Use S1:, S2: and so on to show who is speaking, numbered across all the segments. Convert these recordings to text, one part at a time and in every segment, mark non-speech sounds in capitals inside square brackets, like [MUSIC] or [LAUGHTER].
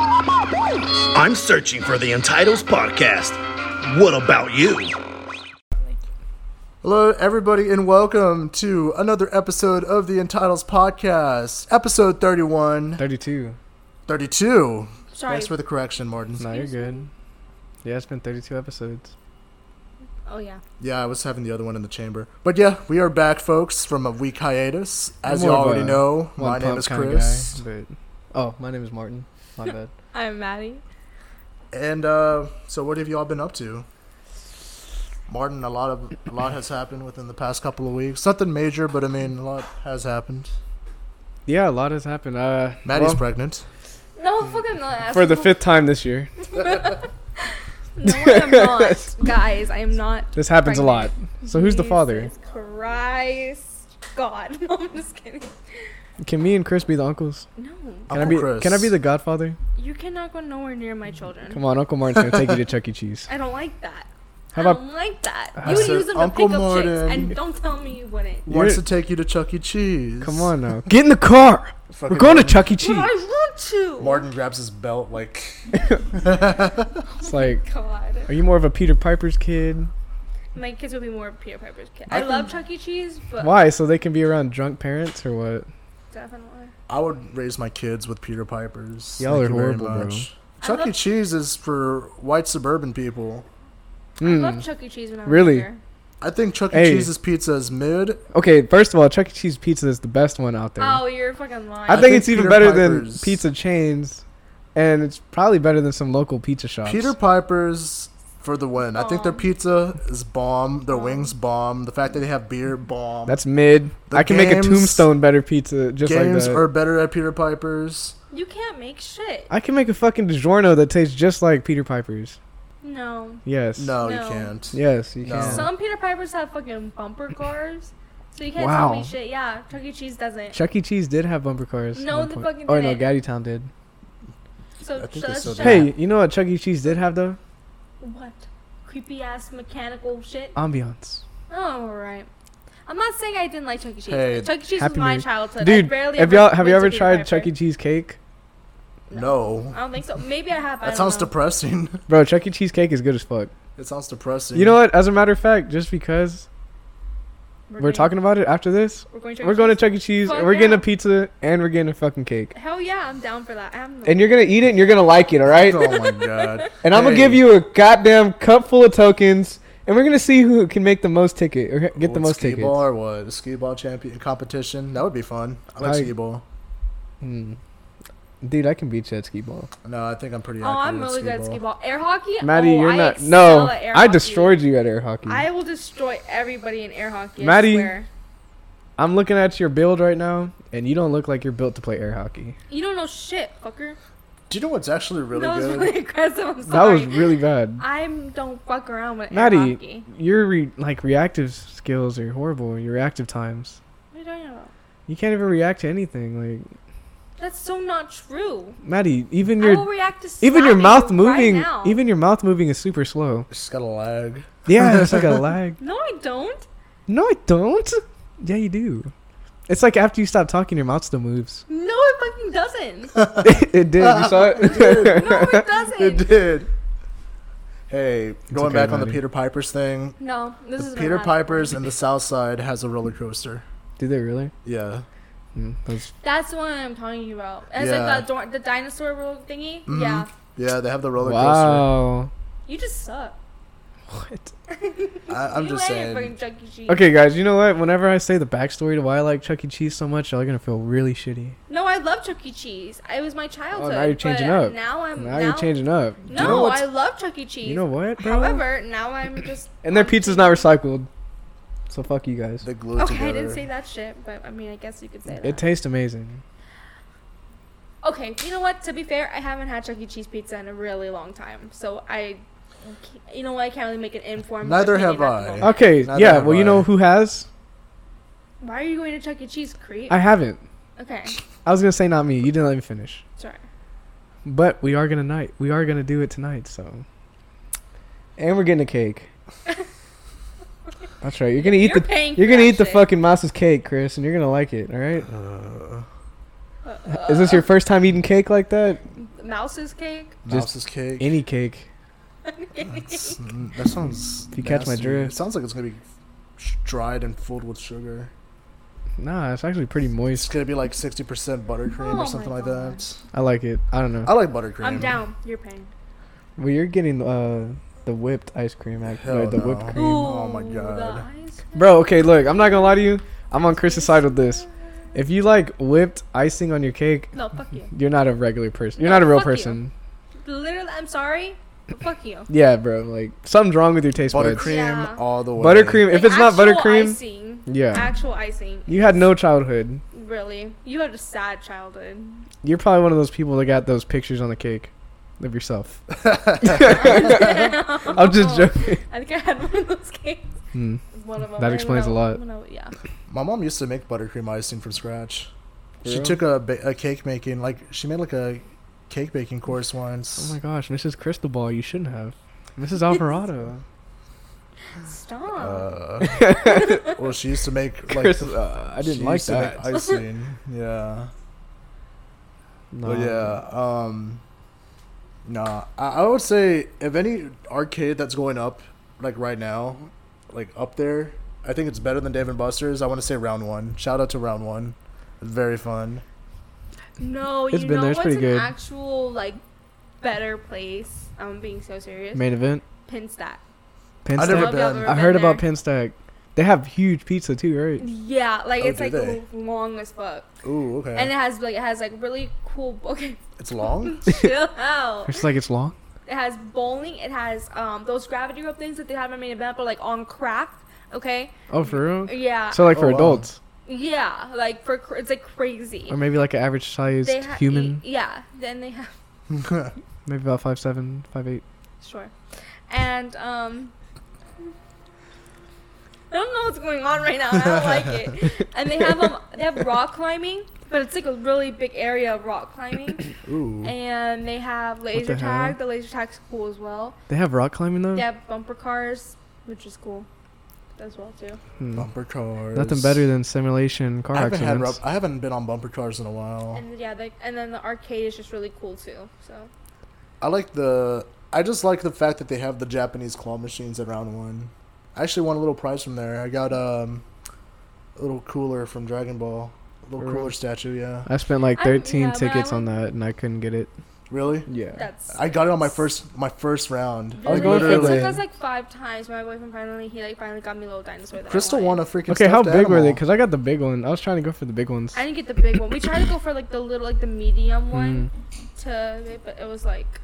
S1: I'm searching for the Entitles podcast. What about you?
S2: Hello, everybody, and welcome to another episode of the Entitles Podcast, episode 31,
S3: 32.
S2: 32.
S4: Sorry.
S2: Thanks for the correction, Martin.
S3: No, you're good. Yeah, it's been 32 episodes.
S4: oh yeah.
S2: Yeah, I was having the other one in the chamber. But yeah, we are back, folks, from a week hiatus. As
S3: I'm
S2: you
S3: more of
S2: already
S3: a
S2: know,
S3: One
S2: my name
S3: pump
S2: is
S3: kinda
S2: Chris.
S3: Guy, but, oh, my name is Martin. My [LAUGHS] bad.
S4: I'm Maddie.
S2: And uh, so, what have y'all been up to? Martin, a lot of a lot has happened within the past couple of weeks. Nothing major, but I mean, a lot has happened.
S3: Yeah, a lot has happened. Uh,
S2: Maddie's
S3: well,
S2: pregnant.
S4: No, fuck I'm not.
S3: for the fifth time this year.
S4: No,
S3: [LAUGHS]
S4: I'm not. Guys, I am not.
S3: This happens
S4: pregnant.
S3: a lot. So who's the father?
S4: Jesus Christ. God. [LAUGHS] No, I'm just kidding.
S3: Can me and Chris be the uncles?
S4: No.
S3: Can I
S2: Uncle
S3: be?
S2: Chris.
S3: Can I be the godfather?
S4: You cannot go nowhere near my children.
S3: Come on, Uncle Martin's gonna take you to Chuck E. Cheese. [LAUGHS]
S4: I don't like that.
S3: How
S4: I
S3: about?
S4: don't like that.
S3: I
S4: You would
S2: said
S4: use them to
S2: Uncle
S4: pick up
S2: Martin.
S4: chicks. And don't tell me you wouldn't.
S2: wants to
S3: You're-
S2: take you to Chuck E. Cheese?
S3: Come on now. [LAUGHS] Get in the car.
S2: Fucking
S3: We're going to
S2: Martin.
S3: Chuck E.
S4: But
S3: Cheese.
S4: I want to.
S2: Martin grabs his belt like.
S3: It's like,
S4: God.
S3: are you more of a Peter Piper's kid?
S4: My kids will be more Peter Piper's kids.
S2: I
S4: I,
S2: can-
S4: love Chuck E. Cheese, but
S3: Why? So they can be around drunk parents or what?
S4: definitely.
S2: I would raise my kids with Peter Piper's.
S3: Y'all
S2: Thank
S3: are
S2: you very
S3: horrible, bro.
S2: much.
S4: I
S2: Chuck E.
S4: love-
S2: Cheese is for white suburban people.
S3: Hmm.
S4: I love Chuck E. Cheese when I was
S3: Really?
S4: younger.
S2: I think Chuck E.
S3: Hey.
S2: Cheese's pizza is mid.
S3: Okay, first of all, Chuck E. Cheese pizza is the best one out there.
S4: Oh, you're fucking lying.
S3: I,
S2: I
S3: think,
S2: think
S3: it's even
S2: Peter
S3: better
S2: Piper's-
S3: than pizza chains, and it's probably better than some local pizza shops.
S2: Peter Piper's for the win. I think their
S4: Bomb.
S2: pizza is bomb. Their
S4: Bomb.
S2: wings bomb. The fact that they have beer bomb.
S3: that's mid.
S2: The
S3: I can make a
S2: games-
S3: tombstone better pizza just like
S2: Games
S3: that.
S2: are better at Peter Piper's.
S4: You can't make shit.
S3: I can make a fucking DiGiorno that tastes just like Peter Piper's.
S4: No.
S3: Yes.
S2: No, you
S4: No.
S2: can't.
S3: Yes, you
S2: No.
S3: can.
S4: Some Peter Pipers have fucking bumper cars, so you can't tell
S3: Wow.
S4: me shit. Yeah, Chuck E. Cheese doesn't.
S3: Chuck E. Cheese did have bumper cars. at
S4: No,
S3: one
S4: they
S3: point.
S4: fucking
S3: Oh no,
S4: didn't.
S3: Gaddytown did.
S4: so
S2: I think
S4: so
S2: they
S4: let's
S2: still
S4: shut
S2: do.
S3: Hey, you know what Chuck E. Cheese did have though?
S4: up. what? Creepy ass mechanical shit.
S3: Ambiance.
S4: Oh, all right. I'm not saying I didn't like Chuck E. Cheese.
S2: Hey,
S4: Chuck E. Cheese was
S3: Happy
S4: my
S3: Meal.
S4: childhood. I
S3: Dude,
S4: barely
S3: have
S4: ever
S3: y'all have you
S4: went
S3: ever
S4: to Peter
S3: tried
S4: Piper.
S3: Chuck E. Cheese cake?
S2: No.
S4: I don't think so. Maybe I have. I
S2: That
S4: don't
S2: sounds
S4: know.
S2: depressing. [LAUGHS]
S3: Bro, Chuck E. Cheese cake is good as fuck.
S2: It sounds depressing.
S3: You know what? As a matter of fact, just because we're
S4: going-
S3: talking about it after this,
S4: We're going. Chuck E.
S3: We're going to
S4: Cheese.
S3: Chuck E. Cheese.
S4: Fuck
S3: and we're getting
S4: yeah.
S3: a pizza and we're getting a fucking cake.
S4: Hell yeah, I'm down for that. I'm.
S3: And you're gonna eat it and you're gonna like it, all right?
S2: Oh my god.
S3: [LAUGHS] And I'm gonna give
S2: Hey,
S3: you a goddamn cup full of tokens, and we're gonna see who can make the most ticket or get the
S2: what,
S3: most
S2: skee
S3: tickets.
S2: ball or what? A skee ball champion competition. That would be fun. I like
S3: Like-
S2: skee ball.
S3: Hmm. Dude, I can beat you at skee ball.
S2: No, I think I'm pretty.
S4: Oh,
S2: accurate
S4: I'm
S2: at
S4: really good at
S2: skee
S4: skee ball. Air hockey.
S3: Maddie,
S4: oh,
S3: you're
S4: I
S3: not.
S4: excel
S3: No,
S4: at air
S3: I
S4: hockey.
S3: destroyed you at air hockey. I,
S4: I will destroy everybody in air hockey. I
S3: Maddie-
S4: swear.
S3: am looking at your build right now, and you don't look like you're built to play air hockey.
S4: You don't know shit, fucker.
S2: Do you know what's actually really
S4: that was
S2: good? [LAUGHS]
S4: really [LAUGHS] aggressive. I'm
S3: That
S4: sorry.
S3: was really
S4: [LAUGHS]
S3: bad.
S4: I don't fuck around with
S3: Maddie.
S4: air hockey.
S3: Your re- like reactive skills are horrible. Your reactive times.
S4: What are you talking about?
S3: You can't even react to anything. Like
S4: That's so not true.
S3: Maddie, even
S4: I
S3: your
S4: will react to
S3: Even your
S4: slapping
S3: mouth
S4: you
S3: moving,
S4: Right now.
S3: even your mouth moving is super slow.
S2: She's got a lag.
S3: Yeah, it's like a lag.
S4: no, I don't.
S3: No, I don't. Yeah, you do. It's like after you stop talking, your mouth still moves.
S4: No, it fucking doesn't.
S3: it did. You saw it.
S4: No, it doesn't.
S2: It did. Hey, going
S3: okay,
S2: back on the
S3: buddy.
S2: Peter Piper's thing.
S4: No, this is
S2: the Peter Piper's and the South Side has a roller coaster.
S3: [LAUGHS] Did they really?
S2: Yeah.
S3: Mm, that's-
S4: That's the one I'm talking about. It's
S2: Yeah.
S4: like the, dor- the dinosaur roll thingy.
S2: Mhm.
S4: Yeah,
S2: Yeah, they have the roller
S3: wow.
S4: you just suck.
S3: What?
S2: coaster. [LAUGHS] I, I'm
S4: you
S2: just
S4: ain't fucking
S2: saying.
S4: Chuck E. Cheese.
S3: Okay, guys. You know what? Whenever I say the backstory to why I like Chuck E. Cheese so much, y'all are gonna feel really shitty.
S4: No, I love Chuck E. Cheese. It was my childhood.
S3: Oh, you're changing
S4: but
S3: up.
S4: Now I'm
S3: Now you're changing up.
S4: Um, No,
S2: know what's-
S4: I love Chuck E. Cheese.
S3: You know what, bro?
S4: However, now
S3: [COUGHS]
S4: I'm just.
S3: and their pizza's not recycled, so fuck you guys.
S2: They glue it
S4: Okay,
S2: together.
S4: I didn't say that shit, but I mean, I guess you could say that.
S3: It tastes amazing.
S4: okay, you know what? To be fair, I haven't had Chuck E. Cheese pizza in a really long time, so I, you know, what? I can't really make an informed.
S2: Neither
S4: opinion
S2: have
S4: at
S2: I.
S4: the moment.
S3: Okay.
S2: Neither
S3: yeah.
S2: have
S3: Well, you
S2: I.
S3: know who has?
S4: Why are you going to Chuck E. Cheese, creep?
S3: I haven't.
S4: okay,
S3: I was gonna say not me. You didn't let me finish.
S4: sorry.
S3: But we are gonna night. We are gonna do it tonight. So, and we're getting a cake. That's right. You're gonna eat
S4: You're
S3: the
S4: paying
S3: you're
S4: for
S3: gonna
S4: that
S3: eat the
S4: shit.
S3: fucking mouse's cake, Chris, and you're gonna like it. All right. Is this your first time eating cake like that?
S4: Mouse's cake.
S3: Just
S2: Mouse's cake.
S4: [LAUGHS]
S3: Any cake?
S2: It's- mm, that sounds.
S3: You catch my
S2: nasty.
S3: drift.
S2: It sounds like it's gonna be sh- dried and filled with sugar.
S3: Nah, it's actually pretty
S2: It's
S3: moist.
S2: gonna be like sixty percent buttercream
S4: Oh my
S2: or something like
S4: God.
S2: that.
S3: I like it. I don't know.
S2: I like buttercream.
S4: I'm down. You're paying.
S3: Well, you're getting uh the whipped ice cream, actually,
S2: Hell
S3: the whipped
S2: no.
S3: cream.
S2: Oh my
S4: Ooh,
S2: God.
S4: the eyes.
S3: Bro, okay, look, I'm not gonna lie to you. I'm on Chris's side with this. If you like whipped icing on your cake,
S4: No, fuck you.
S3: you're not a regular person. You're
S4: No,
S3: not a real
S4: fuck you.
S3: person.
S4: Literally, I'm sorry. But fuck you.
S3: Yeah, bro. Like something's wrong with your taste buds.
S2: Buttercream
S4: Yeah.
S2: all the way.
S3: Buttercream. [LAUGHS] If
S4: Like,
S3: it's not
S4: actual
S3: buttercream,
S4: icing.
S3: yeah,
S4: Actual icing.
S3: you had no childhood.
S4: Really, you had a sad childhood.
S3: You're probably one of those people that got those pictures on the cake of
S4: [LAUGHS]
S3: yourself. I'm
S4: I'm
S3: just joking.
S4: I think I had one of those cakes.
S3: [LAUGHS] Hmm.
S4: One of them.
S3: That explains a
S4: when I-
S3: lot.
S4: when I- yeah.
S2: My mom used to make buttercream icing from scratch.
S3: For
S2: she
S3: real?
S2: took a, ba- a cake making like she made like a cake baking course
S3: Oh
S2: once.
S3: my gosh, Mrs. Cristobal, you shouldn't have. Mrs. Alvarado.
S4: Stop.
S2: uh,
S3: [LAUGHS]
S2: well, she used to make like
S3: Chris,
S2: the-
S3: uh, I
S2: she
S3: didn't like
S2: used to make
S3: that.
S2: icing. Yeah.
S3: No.
S2: Well, yeah. Um, nah, I, I would say if any arcade that's going up, like right now, like up there, I think it's better than Dave and Buster's. I want to say round one. Shout out to round one. It's very fun.
S4: no,
S3: It's
S4: you
S3: been
S4: know
S3: there, it's
S4: what's
S3: pretty
S4: an
S3: good.
S4: actual like better place? I'm being so serious.
S3: Main event.
S4: Pinstack.
S3: Penn
S2: I
S3: Stack.
S2: never
S4: Have y'all
S2: been.
S4: ever
S3: I heard about
S4: there?
S3: Penn Stack. They have huge pizza too, right?
S4: Yeah, like
S2: Oh,
S4: it's
S2: do
S4: like
S2: they?
S4: long as fuck,
S2: Ooh, okay.
S4: and it has like it has like really cool. [LAUGHS] Okay,
S3: [LAUGHS]
S2: it's
S4: [LAUGHS]
S2: long.
S4: chill out.
S3: It's like it's long.
S4: It has bowling. It has um those gravity rope things that they have in main event, but like on crack. Okay.
S3: Oh, for real?
S4: Yeah.
S3: So like for
S2: Oh, wow.
S3: adults,
S4: yeah, like for cr- it's like crazy.
S3: or maybe like an average sized
S4: They ha-
S3: human,
S4: Yeah. Then they have [LAUGHS]
S3: maybe about five seven, five eight.
S4: sure, and um. I don't know what's going on right now. and I don't like it. And they have um, they have rock climbing, but it's like a really big area of rock climbing.
S2: Oow.
S4: And they have laser
S3: the
S4: tag.
S3: hell?
S4: The laser tag's cool as well.
S3: They have rock climbing though.
S4: They have bumper cars, which is cool as well too.
S3: Hmm.
S2: Bumper cars.
S3: Nothing better than simulation car
S2: I haven't had.
S3: accidents.
S2: Rub- I haven't been on bumper cars in a while.
S4: And yeah, they, and then the arcade is just really cool too. So
S2: I like the. I just like the fact that they have the Japanese claw machines at round one. I actually won a little prize from there. I got um, a little cooler from Dragon Ball. A
S3: For
S2: little
S3: real?
S2: cooler statue, yeah.
S3: I spent like
S4: I-
S3: 13
S4: yeah, but I
S3: tickets on
S4: want-
S3: that and I couldn't get it.
S2: Really?
S3: Yeah.
S4: that's.
S2: I got it on my first my first round.
S3: I was
S4: Really?
S3: going for
S4: it took
S3: the-
S4: us like five times. My boyfriend finally he like finally got me a little dinosaur. That
S2: Crystal
S4: I
S2: won
S4: wanted.
S2: a freaking.
S3: Okay, how
S2: stuffed
S3: big were they?
S2: animal.
S3: Because I got the big one. I was trying to go for the big ones.
S4: I didn't get the big one. We tried to go for like the little like the medium one
S3: Mm.
S4: to, but it was like,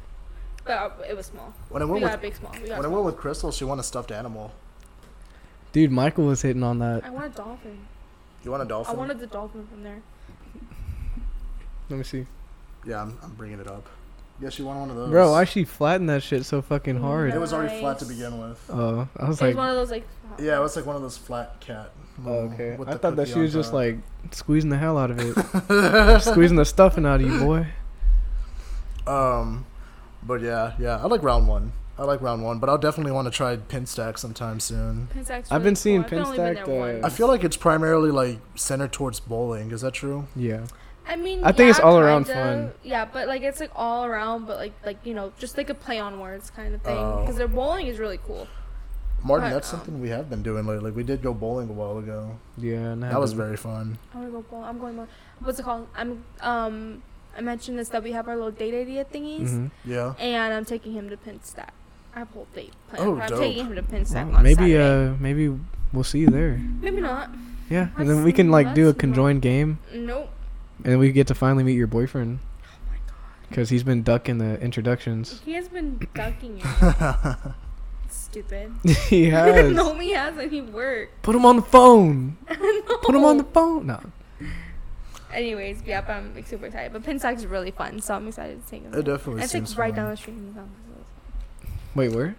S4: but uh, it was small.
S2: When I
S4: We
S2: went
S4: got a
S2: with
S4: big small. We
S2: when
S4: got. a
S2: I
S4: small.
S2: went with Crystal, she won a stuffed animal.
S3: Dude, Michael was hitting on that.
S4: I want a dolphin.
S2: You want a
S4: I
S2: dolphin?
S4: wanted the dolphin from there.
S3: Let me see.
S2: Yeah, I'm, I'm bringing it up. Yeah, she won one
S4: uh,
S2: of those.
S3: Bro, why she flattened that shit so fucking
S2: it
S3: hard?
S2: was already flat to
S4: Nice.
S2: begin with.
S3: Oh, I was
S4: It was
S3: like,
S4: one of those like.
S2: Yeah, it was like one of those flat cat.
S3: oh,
S2: little-
S3: okay.
S2: with
S3: I
S2: the
S3: thought that
S2: cookie
S3: she
S2: on
S3: was just
S2: top.
S3: like squeezing the hell out of [LAUGHS] it, squeezing the stuffing out of you, boy.
S2: Um, but yeah, yeah, I like round one. I like round one, but I'll definitely want to try pin stack sometime soon.
S4: Pinstack's
S3: I've
S4: really
S3: been
S4: cool.
S3: seeing
S4: I've only been there
S3: Pinstack, uh,
S4: once.
S2: I feel like it's primarily like centered towards bowling. Is that true?
S3: Yeah.
S4: I mean,
S3: I think it's
S4: yeah,
S3: all around
S4: kinda.
S3: fun.
S4: Yeah, but like it's like all around, but like like you know, just like a play on words kind of thing.
S2: Oh.
S4: Because their bowling is really cool.
S2: Martin,
S4: Right,
S2: that's
S4: um,
S2: something we have been doing lately. We did go bowling a while ago.
S3: Yeah. And I
S2: That
S3: had
S2: was
S3: the-
S2: very fun.
S4: I want to go bowl. I'm going. bowl- What's it called? I'm um. I mentioned this that we have our little date idea thingies,
S3: Mhm.
S2: Yeah.
S4: and I'm taking him to Pinstack. I have a whole date planned.
S2: Oh,
S4: but I'm
S2: dope.
S4: taking him to Pinstack
S3: Well,
S4: on
S3: maybe
S4: Saturday.
S3: uh maybe we'll see you there.
S4: maybe not.
S3: Yeah, and
S4: That's-
S3: then we can like do a
S4: that's not-
S3: conjoined game,
S4: Nope.
S3: and we get to finally meet your boyfriend
S4: Oh my god.
S3: because he's been ducking the introductions.
S4: He
S2: [LAUGHS]
S4: has been ducking it. Stupid.
S3: [LAUGHS] he
S4: [LAUGHS]
S3: has.
S4: no, [LAUGHS] he hasn't. He worked.
S3: Put him on the
S4: [LAUGHS]
S3: phone.
S4: No.
S3: Put him on the phone. No.
S4: Anyways, yeah, but I'm like, super excited. But Pinstack is really fun, so I'm excited to take him.
S2: It definitely
S4: It's
S2: seems
S4: like right
S2: fun.
S4: down the street from his house.
S3: Wait, where?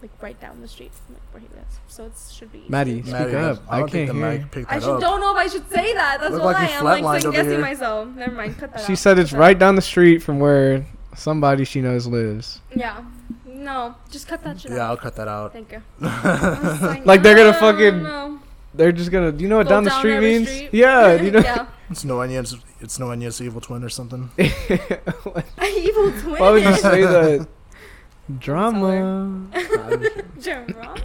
S4: Like right down the street from like, where he lives. So it should be. easy.
S3: Maddie, speak
S2: Maddie,
S3: up.
S2: I
S3: I,
S2: don't think
S3: can't
S2: the
S3: hear.
S2: mic picked
S4: I
S2: that
S4: should,
S2: up.
S4: don't know if I should say that. That's
S2: Look
S4: why
S2: like you
S4: I'm like
S2: flatlined
S4: second
S2: over
S4: guessing
S2: here.
S4: myself. Never mind, cut that.
S3: She
S4: out.
S3: said it's
S4: Cut that
S3: right down the street from where somebody she knows lives.
S4: out. Yeah. No, No, just cut that shit
S2: Yeah,
S4: out.
S2: I'll cut that
S4: [LAUGHS]
S2: out.
S4: Thank you.
S3: [LAUGHS] Like, they're gonna
S4: "I don't
S3: fucking-
S4: know."
S3: They're just gonna. Do you know what
S4: Go
S3: down, the
S4: down
S3: street
S4: every
S3: means?
S4: street. [LAUGHS]
S3: Yeah, do you know.
S4: yeah.
S2: [LAUGHS] It's no Enya's, it's no Enya's evil twin or
S3: [LAUGHS]
S2: something.
S4: Evil twin.
S3: Why would you say
S4: [LAUGHS]
S3: that? Drama.
S4: Jerome.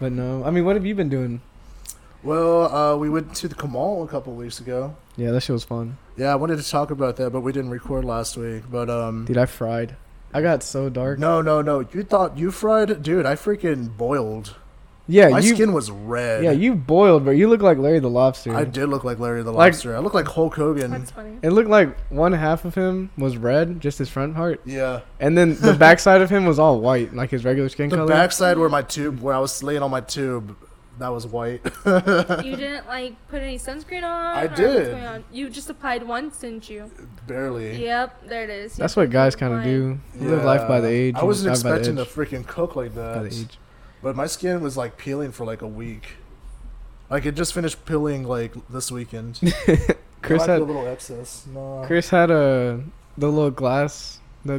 S3: But no, I mean, what have you been doing?
S2: Well, uh, we went to the Kamal a couple weeks ago.
S3: Yeah, that shit was fun,
S2: Yeah, I wanted to talk about that, but we didn't record last week. But um,
S3: dude. I fried. I got so dark.
S2: no, no, no. You thought you fried, dude? I freaking boiled.
S3: Yeah,
S2: My
S3: you.
S2: skin was red.
S3: yeah, you boiled, but you look like Larry the Lobster.
S2: I did look like Larry the
S3: Like-
S2: Lobster. I look like Hulk Hogan.
S4: That's
S2: [LAUGHS]
S4: funny.
S3: It looked like one half of him was red, just his front part,
S2: yeah,
S3: and then
S2: [LAUGHS]
S3: the backside of him was all white, like his regular skin
S2: the
S3: color.
S2: backside where my tube, where I was laying on my tube, that was white. [LAUGHS]
S4: You didn't like put any sunscreen on.
S2: I
S4: or what's
S2: did.
S4: going on? You just applied once, didn't you?
S2: Barely.
S4: Yep, there it is.
S3: That's
S4: You
S3: what guys kind
S4: applied.
S3: of do. You Live life by the
S2: Yeah.
S3: age.
S2: I
S3: and
S2: wasn't
S3: die by the
S2: expecting to
S3: edge.
S2: freaking cook like
S3: By the
S2: that,
S3: age.
S2: but my skin was like peeling for like a week. Like it just finished peeling like this weekend.
S3: [LAUGHS] Chris
S2: Might be
S3: had
S2: a little excess. No.
S3: Chris had a the little glass, the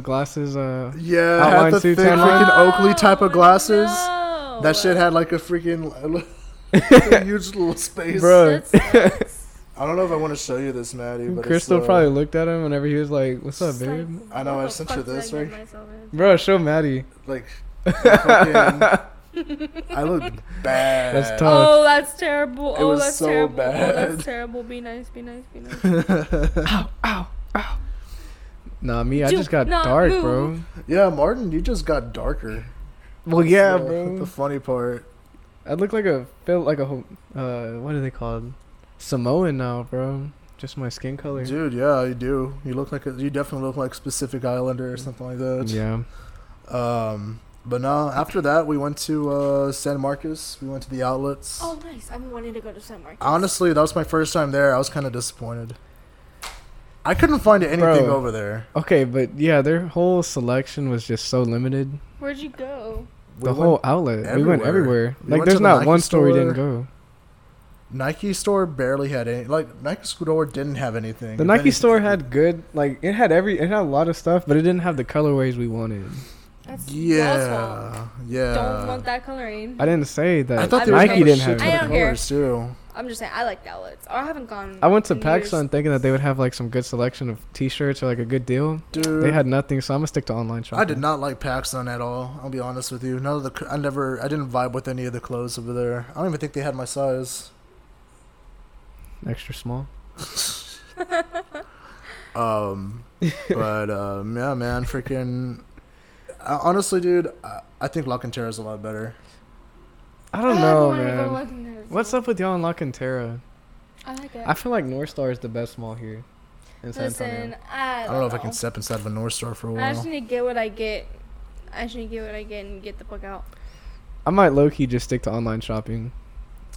S2: [LAUGHS]
S3: glasses. Uh, [LAUGHS]
S2: Yeah, I
S3: Outline
S2: had the
S3: suits
S2: thick
S3: and like-
S2: freaking Oakley type of
S4: Oh,
S2: glasses.
S4: no.
S2: That shit had like a freaking [LAUGHS] a huge little space.
S3: Bro.
S4: That
S3: [LAUGHS]
S4: sucks.
S2: I don't know if I want to show you this, Maddie, but it's,
S3: Crystal
S2: uh,
S3: probably looked at him whenever he was like, "What's up,
S4: It's like,
S3: babe?"
S2: I know,
S4: what
S2: I
S4: the
S2: sent you
S4: fuck did I
S2: this,
S4: get
S2: right?
S4: myself
S2: [LAUGHS]
S4: in?
S3: Bro, show Maddie.
S2: like. fucking, I looked bad.
S3: That's tough.
S4: Oh, that's terrible.
S2: It
S4: Oh,
S2: was
S4: that's
S2: so
S4: terrible. Oh,
S2: bad.
S4: that's terrible. Be nice. Be nice. Be nice.
S2: [LAUGHS]
S3: Nah, me, I
S4: Do
S3: just got
S4: not
S3: dark,
S4: move.
S3: bro.
S2: Yeah, Martin, you just got darker.
S3: Well, yeah,
S2: So, The
S3: bro.
S2: funny part.
S3: I look like a feel like a ho- uh, what are they called? Samoan now, bro. Just my skin color.
S2: Dude, yeah, you do. You look like a, you definitely look like Pacific Islander or something like that.
S3: Yeah.
S2: Um, but no, after that, we went to uh, San Marcos. We went to the outlets.
S4: Oh, nice. I'm wanting to go to San Marcos.
S2: Honestly, that was my first time there. I was kind of disappointed. I couldn't find anything
S3: Bro.
S2: over there.
S3: Okay, but yeah, their whole selection was just so limited.
S4: Where'd you go?
S2: We
S3: The
S2: went-
S3: whole outlet. We went
S2: everywhere.
S3: everywhere.
S2: We
S3: like,
S2: went
S3: there's
S2: to the
S3: not
S2: Nike
S3: one store we didn't
S2: store.
S3: go.
S2: Nike store barely had any. Like Nike store didn't have anything.
S3: The
S2: If
S3: Nike
S2: anything-
S3: store had good, like, it had every, it had a lot of stuff, but it didn't have the colorways we wanted.
S4: That's y'all's fault.
S2: Yeah, yeah.
S4: Don't want that coloring.
S3: I didn't say
S2: I
S3: that
S2: thought they
S3: Nike
S2: were
S3: didn't
S2: shit
S3: have.
S4: I
S2: ton
S3: it.
S2: of
S4: don't care.
S2: colors too.
S4: I'm just saying, I like the outlets. Or I haven't gone.
S3: I went to
S4: in
S3: PacSun
S4: years.
S3: thinking that they would have like some good selection of T-shirts or like a good deal.
S2: Dude,
S3: They had nothing, so I'm gonna stick to online shopping.
S2: I did not like Paxton at all. I'll be honest with you. None of the c- I never I didn't vibe with any of the clothes over there. I don't even think they had my
S3: [LAUGHS]
S2: size.
S3: extra small.
S2: Um, but um, yeah, man, freaking. I, honestly, dude, I, I think La Cantera is a lot better.
S3: I
S4: I
S3: don't
S4: haven't
S3: know,
S4: wanted to go
S3: man.
S4: look in there,
S3: What's
S4: so-
S3: up with y'all in La Cantera?
S4: I like it.
S3: I feel like North Star is the best mall here in San
S4: Listen,
S3: Antonio.
S4: I
S2: I
S4: don't,
S2: don't know if I can step inside of a North Star for a
S4: I just
S2: while.
S4: need to get what I get. I just need to get what I get and get the fuck out.
S3: I might low key just stick to online shopping.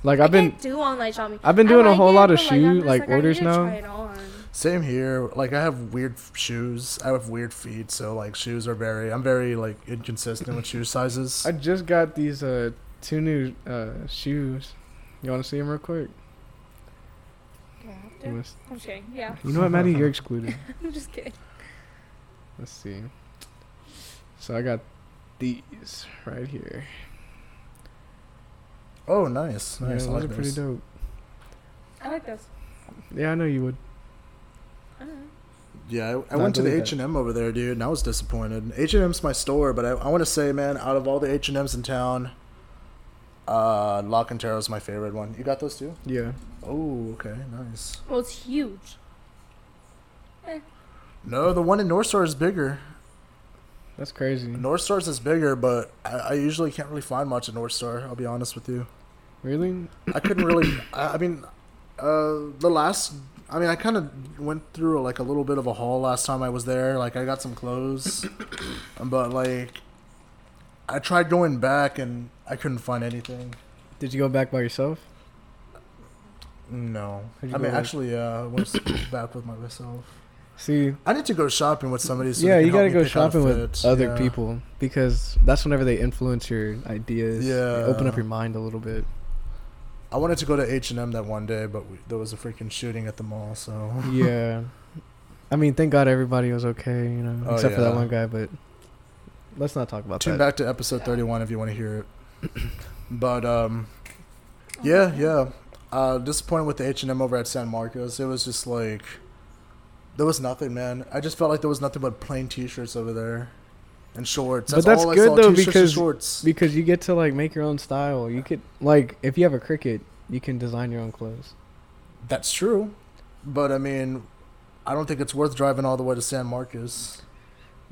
S3: Like I've
S4: I
S3: been,
S4: can't do online shopping.
S3: I've been
S4: I
S3: doing a
S4: like
S3: whole
S4: it,
S3: lot of
S4: but,
S3: shoe,
S4: I'm just
S3: like,
S4: I need
S3: orders
S4: to
S3: now.
S4: try it on.
S2: Same here. Like I have weird f- shoes. I have weird feet, so like shoes are very. I'm very like inconsistent with shoe sizes.
S3: I just got these uh two new uh shoes. You want to see them real quick?
S4: Okay, I have to-
S3: You, wanna s-
S4: I'm just kidding. Yeah, [LAUGHS]
S3: you know what, Maddie? You're [LAUGHS] excluded.
S4: I'm just kidding.
S3: Let's see. So I got these right here.
S2: oh, nice,
S3: Yeah,
S2: nice.
S3: those
S2: I like
S3: are pretty
S2: those.
S3: dope.
S4: I like this.
S3: Yeah, I know you would.
S4: I don't know.
S2: Yeah, I, I
S3: No, I
S2: went to the
S3: believe that.
S2: H and M over there, dude, and I was disappointed. H and M's my store, but I, I want to say, man, out of all the H and M's in town, uh, La Cantero's my favorite one. You got those too?
S3: Yeah.
S2: Oh, okay, nice.
S4: Well, it's huge.
S2: No, the one in North Star is bigger.
S3: That's crazy.
S2: North Star's is bigger, but I, I usually can't really find much at North Star. I'll be honest with you.
S3: Really?
S2: I couldn't really. I, I mean, uh, the last. I mean, I kind of went through like a little bit of a haul last time I was there. Like, I got some clothes, [COUGHS] but like, I tried going back and I couldn't find anything.
S3: Did you go back by yourself?
S2: No, I
S3: How'd you
S2: mean,
S3: go back?
S2: actually, uh, I went [COUGHS] back with my myself.
S3: See,
S2: I need to go shopping with somebody. So
S3: yeah,
S2: they
S3: you
S2: can help
S3: gotta
S2: me
S3: go
S2: pick out a
S3: shopping with
S2: fit.
S3: other
S2: Yeah.
S3: people because that's whenever they influence your ideas. They open up
S2: Yeah.
S3: your mind a little bit.
S2: I wanted to go to H and M that one day, but we, there was a freaking shooting at the mall, so. [LAUGHS]
S3: Yeah. I mean, thank God everybody was okay, you know,
S2: Oh,
S3: except for that
S2: yeah.
S3: one guy, but Let's not talk about
S2: Tune
S3: that.
S2: back to episode
S4: Yeah.
S2: 31 if you want to hear it. [CLEARS THROAT] but um, yeah, yeah. Uh, disappointed with the H and M over at San Marcos. It was just like there was nothing, man. I just felt like there was nothing but plain T-shirts over there and shorts.
S3: But that's good, though,
S2: T-shirts and
S3: because-
S2: shorts.
S3: Because you get to like make your own style. You could like if you have a cricket, you can design your own clothes.
S2: That's true. But I mean, I don't think it's worth driving all the way to San Marcos.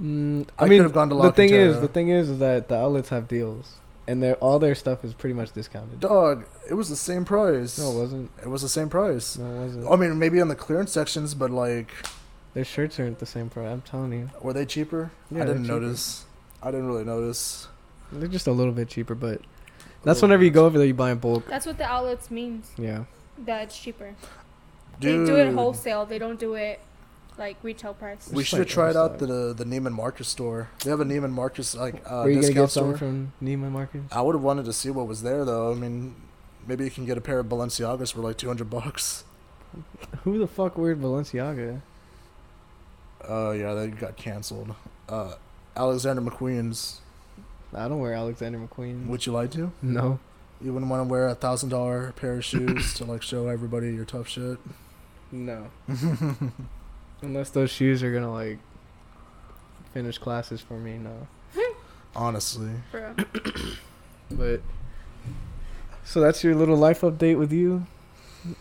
S3: Mm,
S2: I
S3: I, mean,
S2: could've gone to
S3: the thing is,
S2: Locatera.
S3: the thing is, is that the outlets have deals, and their all their stuff is pretty much discounted.
S2: Dog, it was the same price.
S3: No, it wasn't.
S2: it was the same price.
S3: No, it wasn't.
S2: I mean, maybe on the clearance sections, but like,
S3: Their shirts aren't the same price. I'm telling you,
S2: were they cheaper?
S3: Yeah,
S2: I didn't
S3: they're cheaper.
S2: notice. I didn't really notice.
S3: they're just a little bit cheaper. But that's
S2: Cool.
S3: whenever you go over there, you buy in bulk.
S4: That's what the outlets means.
S3: Yeah.
S4: That it's cheaper.
S2: Dude,
S4: They do it wholesale. They don't do it like retail price.
S2: We
S3: It's
S2: should have
S3: like
S2: tried out the
S3: outside.
S2: the Neiman Marcus store. They have a Neiman Marcus like uh,
S3: Were you gonna
S2: discount
S3: get
S2: store.
S3: something from Neiman Marcus?
S2: I would have wanted to see what was there though. I mean, maybe you can get a pair of Balenciagas for like two hundred bucks.
S3: Who the fuck wears Balenciaga?
S2: Oh yeah, they got canceled. Uh, Alexander McQueen's.
S3: I don't wear Alexander McQueen.
S2: Would you like to?
S3: no.
S2: You wouldn't want to wear a thousand dollar pair of shoes to like show everybody your tough shit.
S3: No. [LAUGHS] Unless those shoes are gonna like finish classes for me, no.
S2: Honestly,
S4: Bro.
S3: But so that's your little life update with you.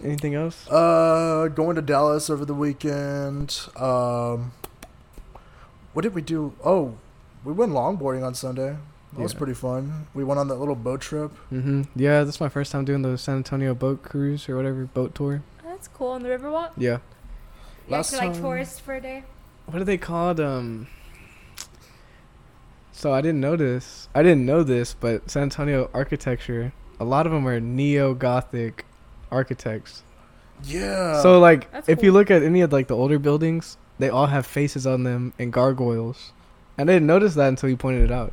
S3: Anything else?
S2: uh, going to Dallas over the weekend. Um, what did we do? Oh, we went longboarding on Sunday. That was
S3: Yeah.
S2: pretty fun. We went on that little boat trip.
S3: Mm-hmm. Yeah, that's my first time doing the San Antonio boat cruise or whatever boat tour.
S4: That's cool. On the Riverwalk.
S3: Yeah.
S4: You
S2: Last
S4: guys are like
S2: time-
S4: tourists for a day.
S3: What are they called? Um. So I didn't notice. I didn't know this, but San Antonio architecture. A lot of them are neo Gothic architects.
S2: Yeah.
S3: so like,
S4: That's
S3: if you
S4: cool.
S3: look at any of like the older buildings, they all have faces on them and gargoyles. And I didn't notice that until you pointed it out.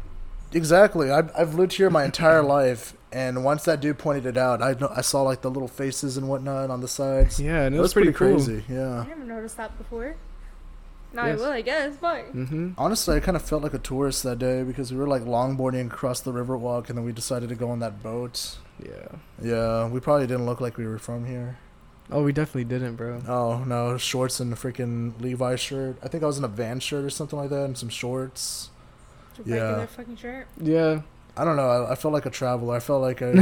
S2: exactly. I've, I've lived here my entire life, and once that dude pointed it out, I know, I saw like the little faces and whatnot on the sides.
S3: Yeah, and
S2: It
S3: it
S2: was,
S3: was
S2: pretty,
S3: cool.
S2: crazy. Yeah.
S4: I never noticed that before. Now
S3: Yes.
S4: I will, I guess. But
S3: Mm-hmm.
S2: Honestly, I kind of felt like a tourist that day because we were like longboarding across the Riverwalk, and then we decided to go on that boat.
S3: Yeah.
S2: Yeah, we probably didn't look like we were from here.
S3: Oh, we definitely didn't, bro.
S2: Oh no, shorts and a freaking Levi shirt. I think I was in a van shirt or something like that, and some shorts.
S4: it's a
S2: Yeah.
S4: regular fucking shirt.
S3: Yeah.
S2: I don't know. I, I felt like a traveler. I felt like
S4: [LAUGHS]
S2: I.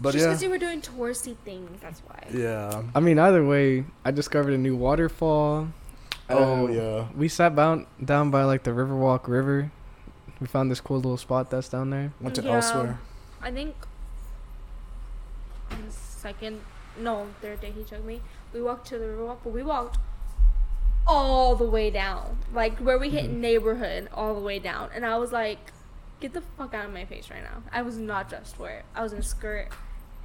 S2: but
S4: Just
S2: yeah,
S4: because you were doing touristy things, that's why.
S2: yeah.
S3: I mean, either way, I discovered a new waterfall.
S2: Oh
S3: Uh,
S2: yeah.
S3: We sat down down by like the Riverwalk River. We found this cool little spot that's down there.
S2: Went to
S4: Yeah.
S2: elsewhere.
S4: I think on the second, no, third day he took me. We walked to the riverwalk, but we walked all the way down, like where we
S2: Mm-hmm.
S4: hit neighborhood, all the way down. And I was like, "Get the fuck out of my face right now!" I was not dressed for it. I was in a skirt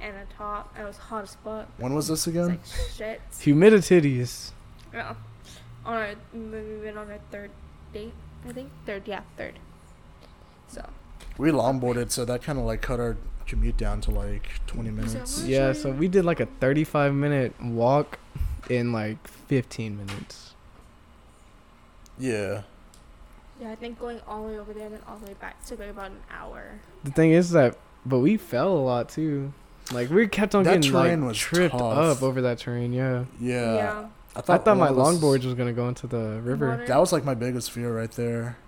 S4: and a top. and I was hot as fuck.
S2: When was this
S4: It's
S2: again?
S4: like shit.
S3: Humidities.
S4: Yeah. On our maybe we went on our third date, I think third. Yeah, third. So
S2: We longboarded, so that kind of like cut our commute down to like 20 minutes.
S3: Yeah, so we did like a 35 minute walk in like 15 minutes.
S2: Yeah.
S4: yeah, I think going all the way over there and then all the way back took like about an hour.
S3: The thing is that, but we fell a lot too. Like we kept on
S2: That
S3: getting
S2: terrain
S3: like
S2: was
S3: tripped
S2: tough.
S3: up over that terrain. Yeah,
S2: Yeah.
S4: Yeah.
S3: I thought
S2: one
S3: my
S2: of us-
S3: longboards was gonna go into the river.
S4: Water.
S2: That was like my biggest fear right there.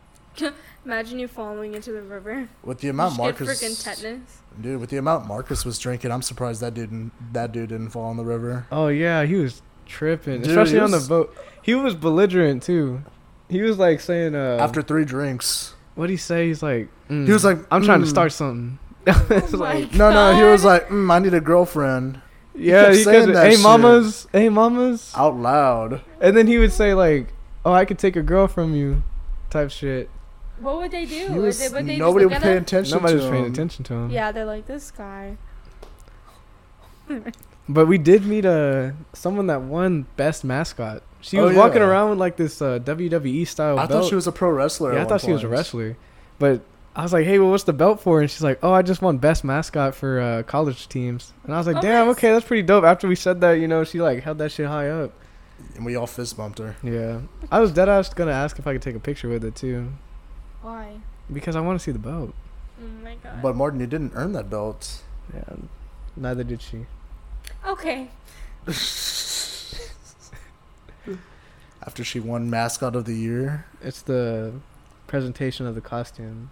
S4: Imagine you falling into the river.
S2: With the
S4: [LAUGHS] Not
S2: amount
S4: you should
S2: Marcus,
S4: get freaking tetanus.
S2: [LAUGHS] dude, with the amount Marcus was drinking, I'm surprised that dude didn't, that dude didn't fall in the river.
S3: Oh yeah, he was tripping,
S2: Dude,
S3: especially
S2: he
S3: on the
S2: was-
S3: boat. He was belligerent too. He was like saying, uh,
S2: After three drinks,
S3: what he say? He's like, mm,
S2: was like,
S3: I'm trying
S2: mm.
S3: to start something. It's
S4: Oh my
S3: like,
S2: no, no, he was
S4: God.
S2: like, mm, "I need a girlfriend"
S3: yeah,
S2: kept
S3: he
S2: saying
S3: kept,
S2: that
S3: hey
S2: shit.
S3: mamas, hey mamas,
S2: out loud.
S3: and then he would say like, oh, I could take a girl from you, type shit.
S4: What would they do?
S2: He
S4: Would
S2: was,
S4: they, would they
S2: nobody was
S4: just look
S2: paying
S4: at
S2: attention.
S3: Nobody
S2: to
S3: was paying
S2: him.
S3: attention to him.
S4: him? Yeah, they're like this guy.
S3: But we did meet uh, someone that won best mascot. She
S2: Oh,
S3: was walking
S2: yeah.
S3: around with like this uh, WWE style
S2: I
S3: belt.
S2: thought she was a pro wrestler.
S3: yeah, I
S2: at
S3: thought
S2: one
S3: she was a
S2: point.
S3: wrestler. But I was like, "Hey, well, what's the belt for?" And she's like, "Oh, I just won best mascot for uh, college teams." And I was like,
S4: Oh,
S3: "Damn,
S4: nice.
S3: okay, that's pretty dope." After we said that, you know, she like held that shit high up.
S2: and we all fist bumped her.
S3: Yeah, I was dead ass gonna ask if I could take a picture with it too.
S4: Why?
S3: because I want to see the boat.
S4: Oh my god.
S2: But Martin, you didn't earn that belt.
S3: Yeah, neither did she.
S4: okay.
S2: After she won mascot of the year,
S3: It's the presentation of the costume,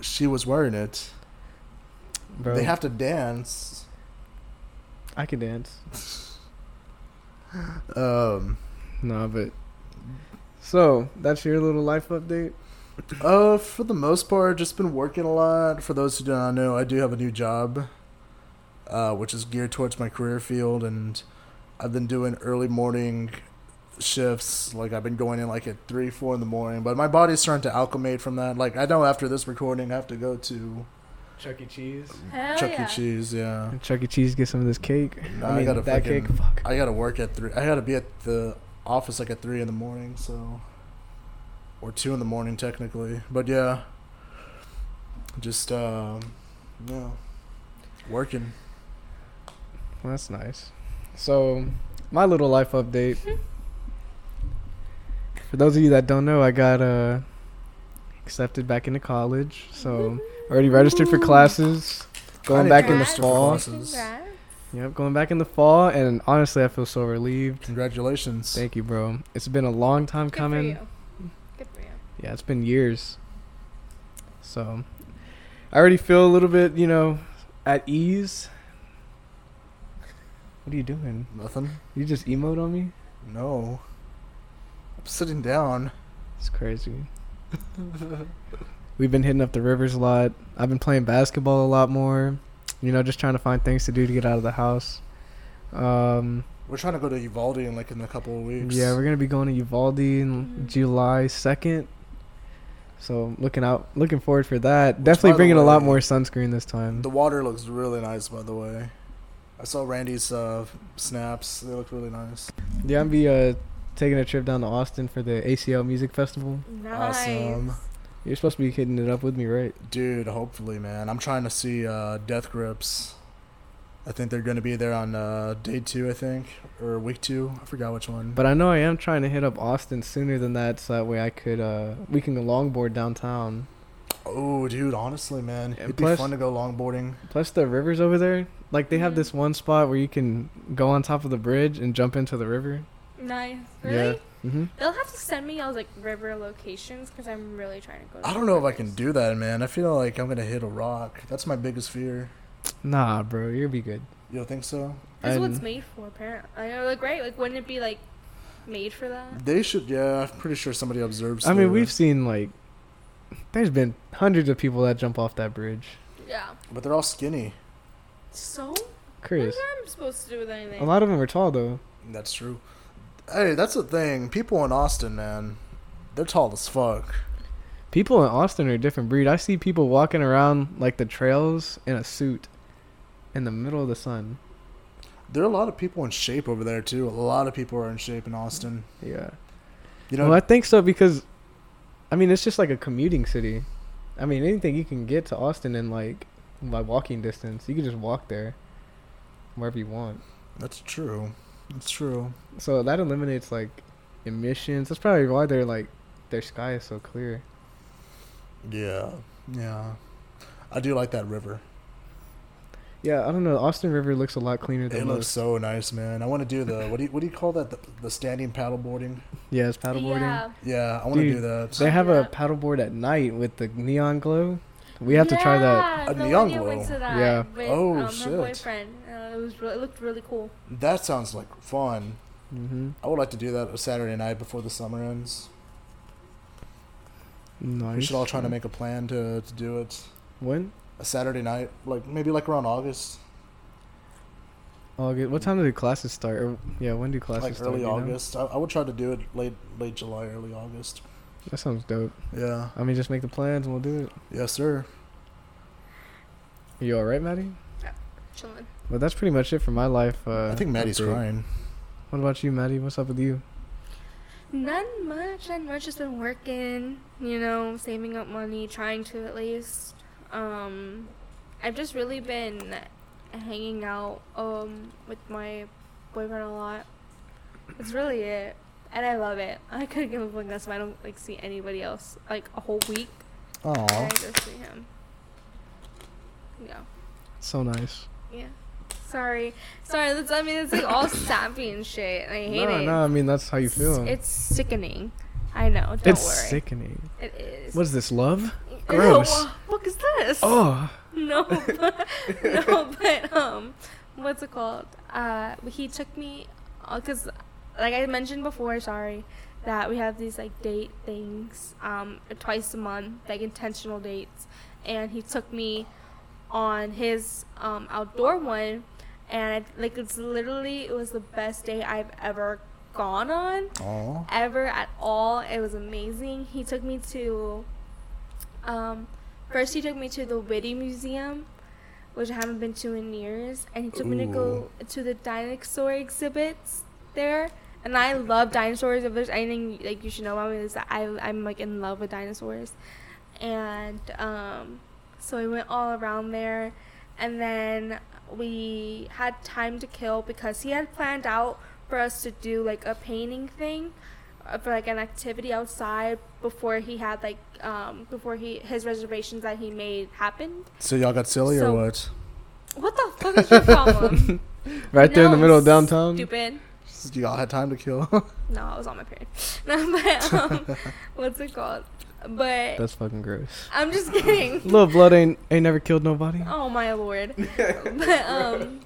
S2: she was wearing it.
S3: bro.
S2: They have to dance.
S3: I can dance.
S2: Um,
S3: No, but so that's your little life update.
S2: uh, for the most part, just been working a lot. For those who do not know, I do have a new job, uh, which is geared towards my career field, and I've been doing early morning shifts. Like I've been going in like at three, four in the morning, but my body's starting to acclimate from that. Like I know after this recording, I have to go to
S3: Chuck E. Cheese.
S4: Hell
S2: Chuck
S4: Oh, yeah.
S2: E. Cheese. Yeah,
S3: Chuck E. Cheese, get some of this cake.
S2: No, I gotta
S3: that
S2: freaking-
S3: cake. Fuck.
S2: I gotta work at three. I gotta be at the office like at three in the morning, so or two in the morning technically. But yeah, just um, yeah, working.
S3: Well, that's nice. So, my little life update.
S4: Hmm.
S3: For those of you that don't know, I got uh, accepted back into college. So, already registered for classes. Going
S2: didn't
S3: back in the
S4: Congrats.
S2: register for
S3: fall.
S2: classes.
S4: Congrats.
S3: Yep, going back in the fall. And honestly, I feel so relieved.
S2: Congratulations.
S3: Thank you, bro. It's been a long time
S4: Good
S3: coming.
S4: for you. Good for you.
S3: yeah, it's been years. So I already feel a little bit, you know, at ease. What are you doing?
S2: Nothing.
S3: You just emote on me?
S2: No. I'm sitting down.
S3: It's crazy. We've been hitting up the rivers a lot. I've been playing basketball a lot more. You know, just trying to find things to do to get out of the house. Um,
S2: We're trying to go to Uvalde in like in a couple of weeks.
S3: yeah, we're gonna be going to Uvalde in
S4: Mhm.
S3: July second. So looking out, looking forward for that.
S2: Which, by
S3: Definitely
S2: the
S3: bringing a lot
S2: way,
S3: more sunscreen this time.
S2: the water looks really nice, by the way. I saw Randy's uh, snaps. They look really nice.
S3: Yeah, I'm be uh, taking a trip down to Austin for the ACL Music Festival.
S4: Nice.
S2: Awesome.
S3: You're supposed to be hitting it up with me, right?
S2: Dude, hopefully, man. I'm trying to see uh, Death Grips. I think they're going to be there on uh, day two, I think, or week two. I forgot which one.
S3: But I know I am trying to hit up Austin sooner than that, so that way I could uh, we can longboard downtown.
S2: oh, dude, honestly, man,
S3: And
S2: it'd
S3: plus-
S2: be fun to go longboarding.
S3: Plus the rivers over there, like they have
S4: Mhm.
S3: this one spot where you can go on top of the bridge and jump into the river.
S4: Nice. Really?
S3: Yeah. hmm
S4: They'll have to send me all like river locations because I'm really trying to go. To
S2: I
S4: the
S2: don't know if I
S4: rivers.
S2: can do that, man. I feel like I'm gonna hit a rock. That's my biggest fear.
S3: Nah, bro, you'll be good.
S2: You don't think so?
S4: That's what
S3: And-
S4: it's made for, apparently. I know, like, right? Like, wouldn't it be like made for that?
S2: They should. Yeah, I'm pretty sure somebody observes.
S3: I mean,
S2: there.
S3: we've seen like there's been hundreds of people that jump off that bridge.
S4: Yeah.
S2: but they're all skinny.
S4: So
S3: Chris,
S4: I'm supposed to do with anything.
S3: a lot of them are tall though.
S2: That's true. Hey, that's the thing. People in Austin, man, they're tall as fuck.
S3: People in Austin are a different breed. I see people walking around like the trails in a suit in the middle of the sun.
S2: There are a lot of people in shape over there too. A lot of people are in shape in Austin.
S3: Yeah.
S2: You know,
S3: well, I think so because I mean, it's just like a commuting city. I mean, anything you can get to Austin in like by walking distance, you can just walk there wherever you want.
S2: That's true. That's true.
S3: So that eliminates like emissions. That's probably why they're like their sky is so clear.
S2: Yeah. Yeah. I do like that river.
S3: Yeah, I don't know. The Austin River looks a lot cleaner than
S2: it looks
S3: most.
S2: so nice, man. I want to do the what do you, what do you call that? The, the standing paddleboarding.
S3: Yeah, it's paddleboarding.
S4: Yeah.
S2: Yeah, I want to
S3: Dude,
S2: do that.
S3: They have a
S4: Yeah.
S3: paddleboard at night with the neon glow. We have to try that.
S2: A
S4: the
S2: neon
S4: Olivia went
S2: glow.
S4: to that
S3: Yeah.
S4: With,
S2: Oh,
S4: um,
S2: shit.
S4: Her boyfriend. Uh, it was. Re- it looked really cool.
S2: That sounds like fun.
S3: Mm-hmm.
S2: I would like to do that a Saturday night before the summer ends.
S3: Nice.
S2: We should all try to make a plan to, to do it
S3: when
S2: a Saturday night, like maybe like around August,
S3: August. What time do classes start? Or, yeah, when do classes
S2: like
S3: start?
S2: early
S3: do you know?
S2: August. I, I would try to do it late late July, early August.
S3: That sounds dope.
S2: Yeah.
S3: I mean, just make the plans and we'll do it.
S2: Yes, sir.
S3: You all right, Maddie?
S4: Chilling.
S3: Well, that's pretty much it for my life. Uh,
S2: I think Maddie's
S3: update.
S2: crying.
S3: What about you, Maddie? What's up with you?
S4: None much. None much. Just been working. You know, saving up money, trying to at least. Um, I've just really been hanging out um with my boyfriend a lot. That's really it. and I love it. [LAUGHS] I could give a fuck that's why I don't like see anybody else like a whole week.
S3: Oh,
S4: And I go see him. Yeah,
S3: so nice.
S4: yeah. Sorry, sorry. That's I mean it's like all sappy and shit, and I hate
S3: no,
S4: it.
S3: no, I mean that's how you
S4: It's-
S3: feel.
S4: It's sickening. I know. Don't
S3: It's
S4: worry.
S3: sickening.
S4: It is.
S3: What is this love?
S4: [LAUGHS] Ew,
S3: gross.
S4: What the fuck is this?
S3: Oh,
S4: [LAUGHS] No, but, [LAUGHS] no, but um, what's it called? Uh, he took me, uh 'cause like I mentioned before, sorry, that we have these like date things, um, twice a month, like intentional dates, and he took me on his um outdoor one, and I, like it's literally it was the best day I've ever gone on
S3: oh,
S4: ever at all. It was amazing. He took me to, um, first he took me to the Whitty Museum, which I haven't been to in years, and he took me to go to the dinosaur exhibits there. And I love dinosaurs. If there's anything like you should know about me, is that I I'm like in love with dinosaurs, and um, so we went all around there, and then we had time to kill because he had planned out for us to do like a painting thing uh, for like an activity outside before he had like um before he his reservations that he made happened
S2: So y'all got silly
S4: So-
S2: or what?
S4: what the fuck is your problem
S3: [LAUGHS] right there in the
S4: No,
S3: middle of downtown.
S4: stupid
S2: Y'all had time to kill.
S4: [LAUGHS] no i was on my period [LAUGHS] no
S3: [LAUGHS]
S4: but um what's it called but
S3: That's fucking gross.
S4: i'm just
S3: [LAUGHS]
S4: kidding
S3: Little blood ain't ain't never killed nobody.
S4: [LAUGHS] Oh my lord. but um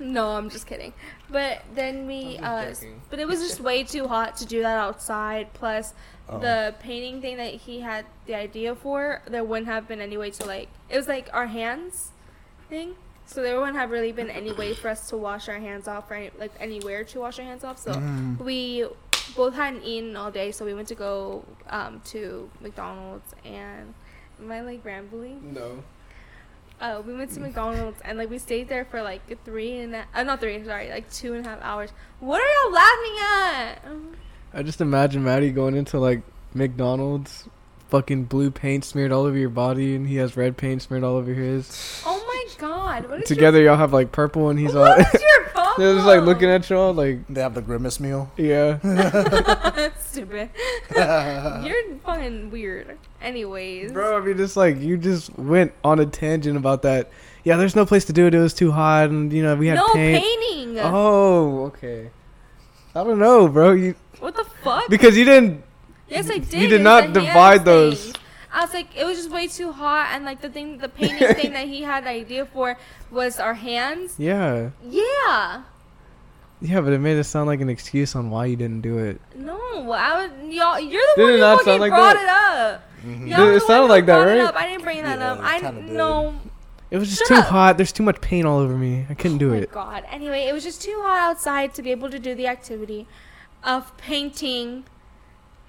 S4: no, I'm just kidding. But then we uh s- but it was just way too hot to do that outside plus the painting thing that he had the idea for there wouldn't have been any way to like it was like our hands thing. So there wouldn't have really been any way for us to wash our hands off or any, like anywhere to wash our hands off. So we both hadn't eaten all day, so we went to go um, to McDonald's and am I like rambling?
S3: No.
S4: Uh, we went to McDonald's and like we stayed there for like three and a, uh, not three, sorry, like two and a half hours. What are y'all laughing at? Um,
S3: I just imagine Maddie going into like McDonald's, fucking blue paint smeared all over your body, and he has red paint smeared all over his.
S4: Oh my god! What is
S3: Together, y'all have like purple, and he's
S4: Your, [LAUGHS] what
S3: all. [LAUGHS]
S4: is your problem?
S3: They're just like looking at y'all, like
S2: they have the grimace meal. [LAUGHS]
S3: [LAUGHS] yeah. [LAUGHS]
S4: [LAUGHS] Stupid. You're fucking weird. Anyways,
S3: Bro, I mean, just like you just went on a tangent about that. Yeah, there's no place to do it. It was too hot, and you know we had
S4: no
S3: paint.
S4: painting.
S3: Oh, okay. I don't know, bro. You
S4: What the fuck?
S3: because you didn't.
S4: Yes, I did.
S3: did
S4: It was
S3: not
S4: the hands
S3: divide those.
S4: thing. I was like, it was just way too hot, and like the thing, the painting thing that he had the idea for was
S3: [LAUGHS]
S4: our hands.
S3: Yeah,
S4: Yeah.
S3: yeah, but it made it sound like an excuse on why you didn't do it.
S4: No, I would, y'all. You're the
S3: Did
S4: one
S3: it
S4: who
S3: not
S4: fucking
S3: sound like
S4: brought
S3: that?
S4: it up. Y'all
S3: Did-
S4: were
S3: it
S4: the
S3: sounded
S4: one who
S3: like that,
S4: brought
S3: right?
S4: it up. I didn't bring that
S2: Yeah,
S4: up.
S2: it
S4: I
S2: kinda did.
S4: no.
S3: It was just
S4: Shut
S3: too
S4: up.
S3: hot. There's too much paint all over me. I couldn't do
S4: Oh my
S3: it.
S4: god. Anyway, it was just too hot outside to be able to do the activity of painting,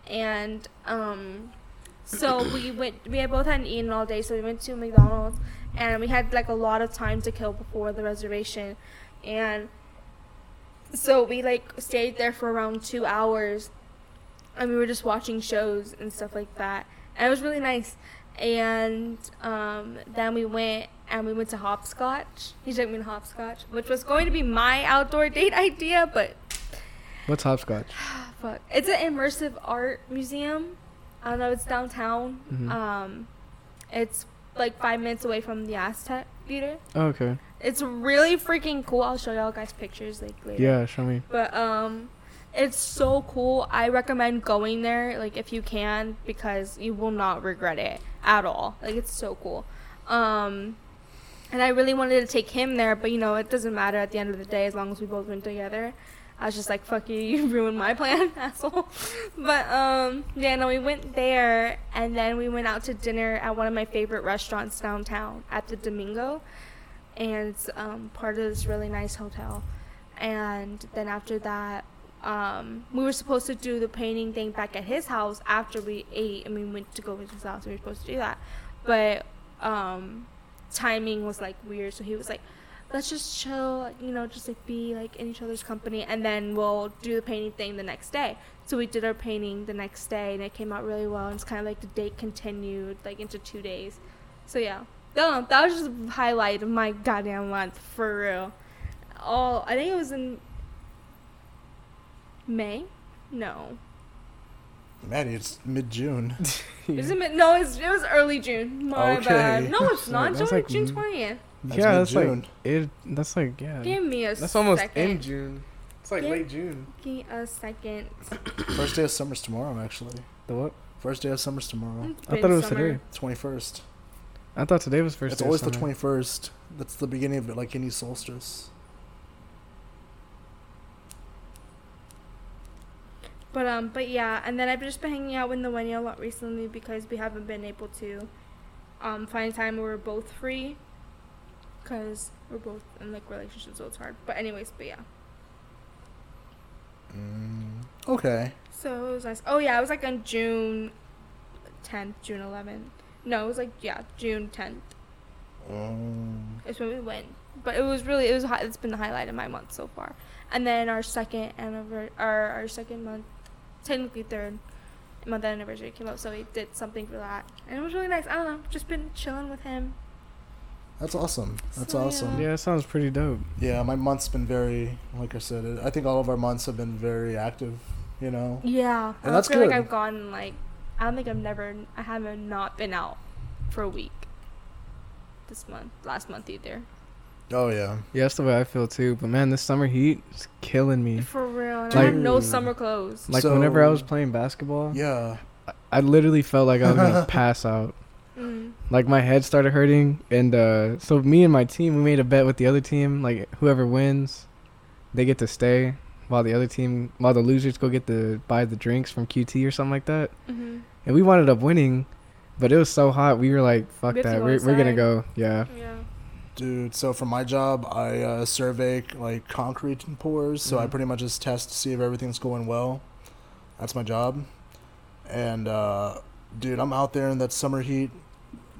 S4: and um, so we went. We had both hadn't eaten all day, so we went to McDonald's, and we had like a lot of time to kill before the reservation, and so we like stayed there for around two hours and we were just watching shows and stuff like that and it was really nice and um, then we went and we went to hopscotch he took me to hopscotch which was going to be my outdoor date idea but
S3: What's hopscotch?
S4: fuck it's an immersive art museum i don't know it's downtown
S3: Mhm.
S4: um, it's like five minutes away from the aztec theater
S3: Oh, okay.
S4: it's really freaking cool i'll show y'all guys pictures like later
S3: Yeah, show me.
S4: but um it's so cool. I recommend going there like if you can because you will not regret it at all. Like it's so cool. Um and I really wanted to take him there, but you know, it doesn't matter at the end of the day as long as we both went together. I was just like, fuck you, [LAUGHS] you ruined my plan, [LAUGHS] asshole. But um yeah, no, we went there and then we went out to dinner at one of my favorite restaurants downtown at the Domingo and it's um, part of this really nice hotel. And then after that, um, we were supposed to do the painting thing back at his house after we ate and we went to go to his house. We were supposed to do that, but um, timing was like weird. So he was like, "Let's just chill, you know, just like be like in each other's company, and then we'll do the painting thing the next day." So we did our painting the next day, and it came out really well. And it's kind of like the date continued like into two days. So yeah, that, that was just the highlight of my goddamn month for real. All I think it was in May, No.
S2: Manny, it's mid
S4: [LAUGHS]
S2: June.
S4: Isn't it? No, it's, it was early June. My
S2: Okay.
S4: bad. No, it's
S3: Shit,
S4: not.
S3: that's
S4: It's only
S3: [LAUGHS] like
S4: June
S3: m-
S4: twentieth.
S3: yeah, that's
S2: mid-June.
S3: like it. That's like yeah.
S4: Give me a
S3: that's
S4: second.
S3: almost in June. It's like
S4: Yeah.
S3: late June.
S4: Give me a second.
S2: First day of summer's tomorrow, actually.
S3: The what?
S2: First day of summer's tomorrow.
S4: It's
S3: I
S4: been
S3: thought it was
S4: summer.
S3: today.
S2: 21st.
S3: I thought today was first.
S2: it's always the 21st. That's the beginning of it, like any solstice.
S4: But um, but yeah, and then I've just been hanging out with Noenia a lot recently because we haven't been able to um find time where we're both free, because we're both in like relationships, so it's hard. But anyways, but yeah.
S2: Okay.
S4: So it was nice. Oh yeah, it was like on June tenth, June eleventh. No, it was like yeah, June tenth
S2: Um,
S4: is when we went. But it was really it was hi- it's been the highlight of my month so far. And then our second anniversary, our our second month, technically third month anniversary came up, so we did something for that, and it was really nice. I don't know, just been chilling with him.
S2: that's awesome. That's
S4: So, yeah.
S2: awesome.
S3: Yeah, it sounds pretty dope.
S2: Yeah, my month's been very, like I said, I think all of our months have been very active, you know?
S4: Yeah, I
S2: And
S4: don't
S2: that's
S4: feel
S2: good.
S4: like I've gone like I don't think I've never I haven't not been out for a week. This month, last month either.
S2: Oh, yeah.
S3: Yeah, that's the way I feel too. But man, this summer heat is killing me.
S4: For real, and I have no
S2: Dude.
S4: summer clothes.
S3: Like whenever I was
S2: So-
S3: playing basketball,
S2: Yeah.
S3: I literally felt like I was
S2: [LAUGHS]
S3: gonna pass out.
S4: Mm.
S3: Like my head started hurting, and uh, so me and my team we made a bet with the other team. Like whoever wins, they get to stay, while the other team, while the losers go get to buy the drinks from QT or something like that.
S4: hmm
S3: And we wound up winning, but it was so hot we were like, "Fuck
S4: We have to
S3: that,
S4: go
S3: we're, we're gonna
S4: outside.
S3: go." Yeah,
S4: Yeah.
S2: Dude, so for my job, I uh, survey like concrete pours, so I
S3: Mhm.
S2: pretty much just test to see if everything's going well. That's my job. And uh, dude, I'm out there in that summer heat,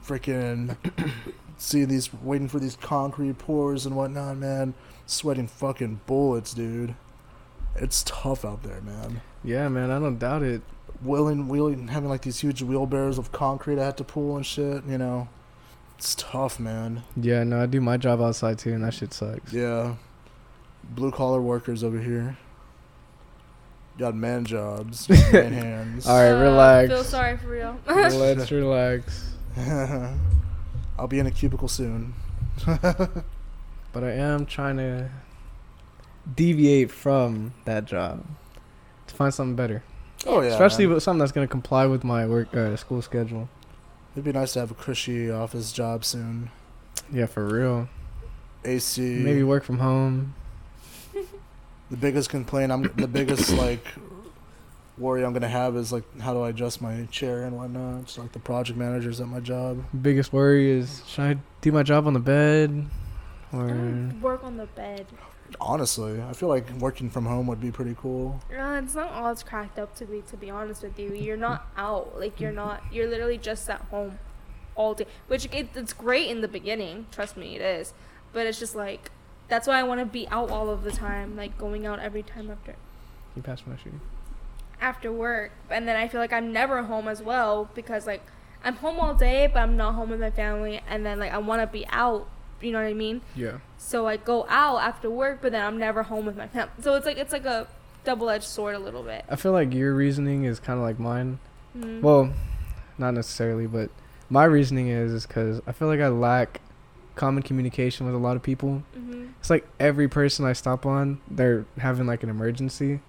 S2: freaking [COUGHS] see these waiting for these concrete pours and whatnot, man. Sweating fucking bullets, dude. It's tough out there, man.
S3: yeah, man, I don't doubt it.
S2: Wheeling, wheeling, having like these huge wheelbarrows of concrete I had to pull and shit. You know, it's tough, man.
S3: Yeah, no, I do my job outside too, and that shit sucks.
S2: Yeah. Blue collar workers over here. Got man jobs, [LAUGHS] man hands.
S3: All right, relax.
S4: Feel sorry for [LAUGHS] real.
S2: [LAUGHS]
S3: Let's relax.
S2: I'll be in a cubicle soon.
S3: But I am trying to deviate from that job to find something better,
S2: Oh yeah.
S3: especially
S2: man.
S3: with something that's gonna comply with my work uh, school schedule.
S2: it'd be nice to have a cushy office job soon.
S3: Yeah, for real.
S2: AC.
S3: Maybe work from home.
S2: the biggest complaint I'm the biggest [COUGHS] like worry I'm gonna have is like how do I adjust my chair and whatnot. Just like the project managers at my job.
S3: Biggest worry is should I do my job on the bed, or
S4: Mm, Work on the bed.
S2: Honestly, I feel like working from home would be pretty cool.
S4: Uh, it's not all it's cracked up to be. To be honest with you, you're not out. Like you're not. You're literally just at home all day. Which it, it's great in the beginning. Trust me, it is. But it's just like that's why I want to be out all of the time. Like going out every time after
S3: you pass my shoe?
S4: after work. And then I feel like I'm never home as well because like I'm home all day, but I'm not home with my family. And then like I want to be out. You know what I mean?
S3: Yeah.
S4: So I go out after work, but then I'm never home with my family. So it's like it's like a double-edged sword a little bit.
S3: I feel like your reasoning is kind of like mine.
S4: Mm.
S3: Well, not necessarily, but my reasoning is is because I feel like I lack common communication with a lot of people.
S4: hmm
S3: It's like every person I stop on, they're having like an emergency,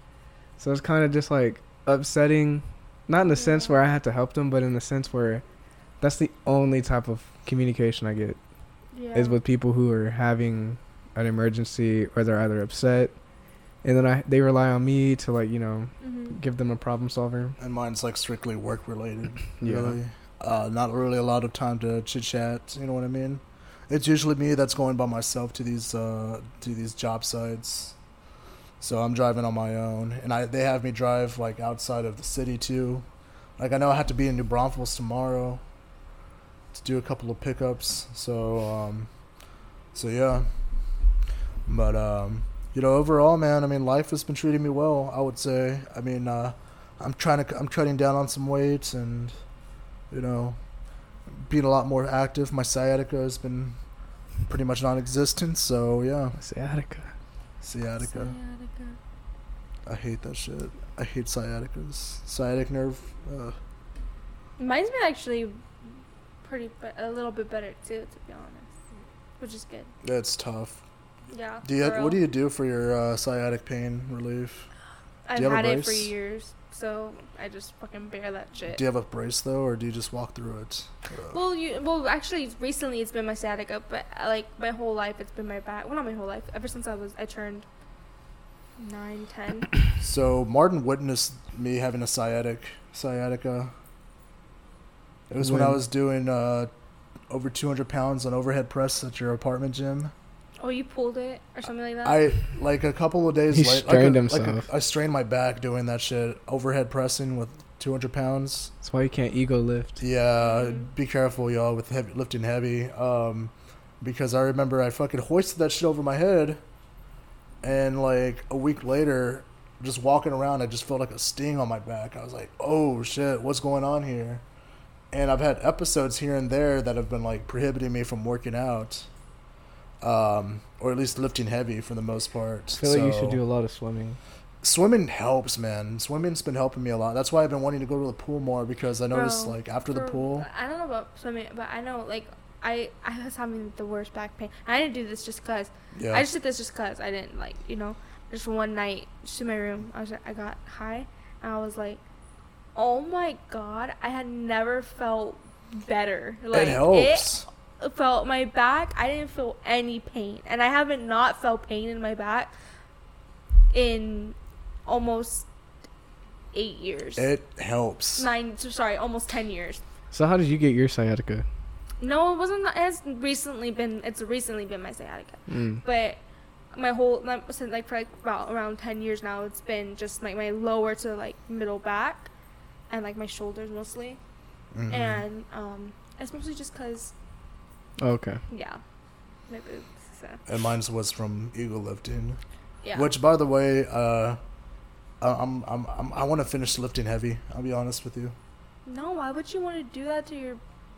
S3: so it's kind of just like upsetting. Not in the sense
S4: Yeah.
S3: where I had to help them, but in the sense where that's the only type of communication I get
S4: Yeah.
S3: is with people who are having an emergency or they're either upset, and then I they rely on me to like you know
S4: hmm
S3: give them a problem solver.
S2: And mine's like strictly work related.
S3: Yeah.
S2: Really. Uh, not really a lot of time to chit chat. You know what I mean? It's usually me that's going by myself to these uh, to these job sites. So I'm driving on my own, and I they have me drive like outside of the city too. Like I know I have to be in New Braunfels tomorrow to do a couple of pickups. So um, so yeah. But um, you know, overall, man, I mean, life has been treating me well. I would say. I mean, uh, I'm trying to I'm cutting down on some weight and you know, being a lot more active. My sciatica has been pretty much non-existent, so yeah,
S3: Sciatica.
S2: sciatica. I hate that shit. I hate sciaticas. Sciatic nerve. Uh,
S4: Mine's been actually pretty, be- a little bit better too, to be honest, which is good.
S2: that's tough.
S4: Yeah.
S2: Do you
S4: for
S2: have, what do
S4: real.
S2: you do for your uh, sciatic pain relief?
S4: I've
S2: do you have a
S4: had it for
S2: brace?
S4: years, so I just fucking bear that shit.
S2: Do you have a brace though, or do you just walk through it? Uh,
S4: Well, you well actually recently it's been my sciatica, but uh, like my whole life it's been my back. Well, not my whole life. Ever since I was I turned nine,
S2: [COUGHS]
S4: ten.
S2: So Martin witnessed me having a sciatic sciatica. It was when I
S3: When?
S2: was doing uh, over 200 pounds on overhead press at your apartment gym.
S4: oh, you pulled it or something like that.
S2: I like a couple of days
S3: He
S2: late.
S3: strained
S2: like a- like a-
S3: himself.
S2: I strained my back doing that shit. Overhead pressing with 200 pounds.
S3: That's why you can't ego lift.
S2: Yeah,
S4: Mhm.
S2: be careful, y'all, with heavy, lifting heavy. Um, because I remember I fucking hoisted that shit over my head, and like a week later, just walking around, I just felt like a sting on my back. I was like, "Oh shit, what's going on here?" And I've had episodes here and there that have been like prohibiting me from working out, um, or at least lifting heavy for the most part.
S3: I feel like you
S2: So-
S3: should do a lot of swimming.
S2: swimming helps, man. Swimming's been helping me a lot. That's why I've been wanting to go to the pool more because I noticed
S4: Bro,
S2: like after the
S4: For-
S2: pool.
S4: I don't know about swimming, but I know like I I was having the worst back pain. I didn't do this just cause.
S2: Yeah.
S4: I just did this just cause I didn't like you know just one night just in my room. I was like, I got high and I was like, oh my god, I had never felt better.
S2: it
S4: Like
S2: helps.
S4: felt my back. I didn't feel any pain, and I haven't not felt pain in my back in almost eight years.
S2: It, helps.
S4: Nine, sorry, almost ten years.
S3: So how did you get your sciatica?
S4: No, it wasn't. It has recently been. It's recently been my sciatica,
S3: Mm.
S4: but my whole like, since like for like about around ten years now, it's been just like my lower to like middle back, and like my shoulders mostly,
S2: Mhm.
S4: and um, it's mostly just cause
S3: Oh, Okay.
S4: yeah, my boobs. So
S2: And mine was from eagle lifting,
S4: yeah.
S2: which, by the way, uh, I- I'm, I'm, I'm I want to finish lifting heavy. I'll be honest with you.
S4: No, why would you want to do that to your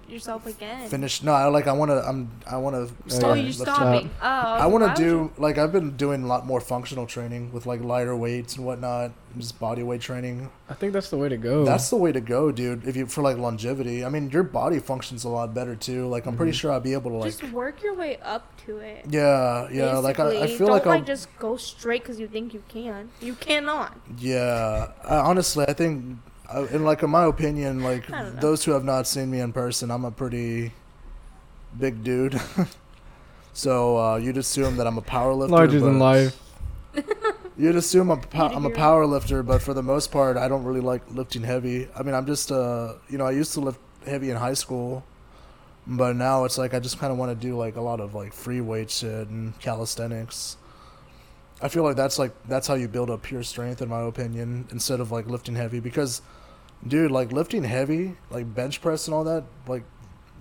S4: yourself again?
S2: Finish. No, I like. I want to. I'm. I want to.
S3: Stop.
S4: Oh,
S3: Yeah,
S4: you're
S3: let's uh,
S4: stopping. Oh,
S2: I want to do like I've been doing a lot more functional training with like lighter weights and whatnot, and just body weight training.
S3: I think that's the way to go.
S2: That's the way to go, dude. If you for like longevity, I mean, your body functions a lot better too. Like, I'm pretty sure I'd be able to like,
S4: Just work your way up to it.
S2: yeah, yeah. Like, I, I
S4: basically.
S2: feel
S4: Don't
S2: like,
S4: like,
S2: I'll,
S4: just go straight because you think you can. You cannot.
S2: yeah. I, honestly, I think, I- in like in my opinion, like
S4: I don't know.
S2: those who have not seen me in person, I'm a pretty big dude. [LAUGHS] so uh, you'd assume that I'm a power lifter,
S3: larger than
S2: but-
S3: life.
S2: You'd assume I'm, po-
S4: You'd
S2: I'm a
S4: agree.
S2: power lifter, but for the most part, I don't really like lifting heavy. I mean, I'm just, uh, you know, I used to lift heavy in high school, but now it's like I just kind of want to do like a lot of like free weight shit and calisthenics. I feel like that's like that's how you build up pure strength, in my opinion, instead of like lifting heavy. Because, dude, like lifting heavy, like bench press and all that, like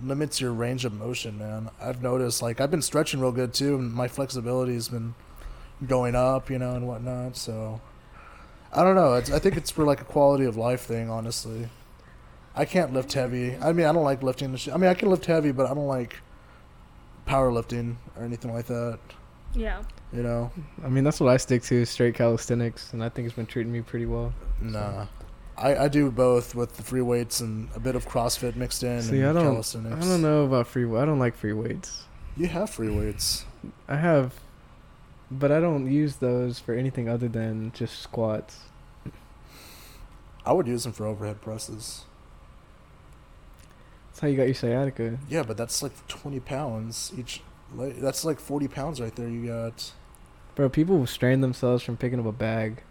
S2: limits your range of motion, man. I've noticed like I've been stretching real good too, and my flexibility has been going up, you know, and whatnot. So I don't know. It's, I think it's for like a quality of life thing, honestly. I can't lift heavy. I mean, I don't like lifting. the sh- I mean, I can lift heavy, but I don't like powerlifting or anything like that.
S4: Yeah.
S2: You know,
S3: I mean, that's what I stick to: is straight calisthenics, and I think it's been treating me pretty well.
S2: nah. I, I do both with the free weights and a bit of CrossFit mixed in
S3: See,
S2: and
S3: I don't-
S2: calisthenics.
S3: I don't know about free. I don't like free weights.
S2: You have free weights.
S3: I have, but I don't use those for anything other than just squats.
S2: I would use them for overhead presses.
S3: That's how you got your sciatica.
S2: Yeah, but that's like twenty pounds each. Leg. That's like forty pounds right there. You got.
S3: Bro, people will strain themselves from picking up a bag.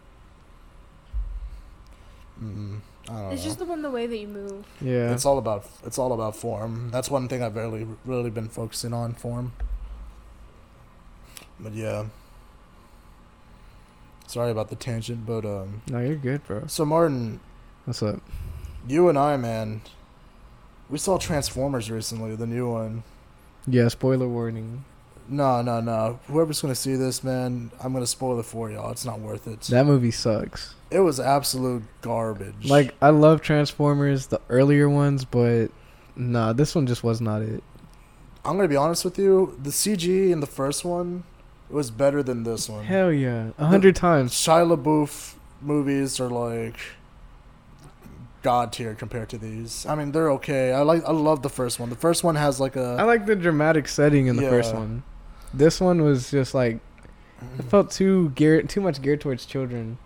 S2: Mm, I don't
S4: It's
S2: know.
S4: just the one the way that you move.
S3: Yeah.
S2: It's all about it's all about form. That's one thing I've really really been focusing on form. But yeah. Sorry about the tangent, but um
S3: no, you're good, bro.
S2: so Martin,
S3: What's up?
S2: you and I man we saw Transformers recently, the new one.
S3: Yeah, spoiler warning.
S2: No, no, no. Whoever's gonna see this, man, I'm gonna spoil it for y'all. It's not worth it.
S3: That movie sucks.
S2: it was absolute garbage.
S3: Like, I love Transformers, the earlier ones, but nah, this one just was not it.
S2: I'm gonna be honest with you, the CG in the first one was better than this one.
S3: Hell yeah, a hundred times.
S2: Shia LaBeouf movies are like god tier compared to these. I mean, they're okay. I like I love the first one. The first one has like
S3: I
S2: a
S3: like the dramatic setting in the first
S2: Yeah. Mm.
S3: one. This one was just like it felt too geared, too much geared towards children.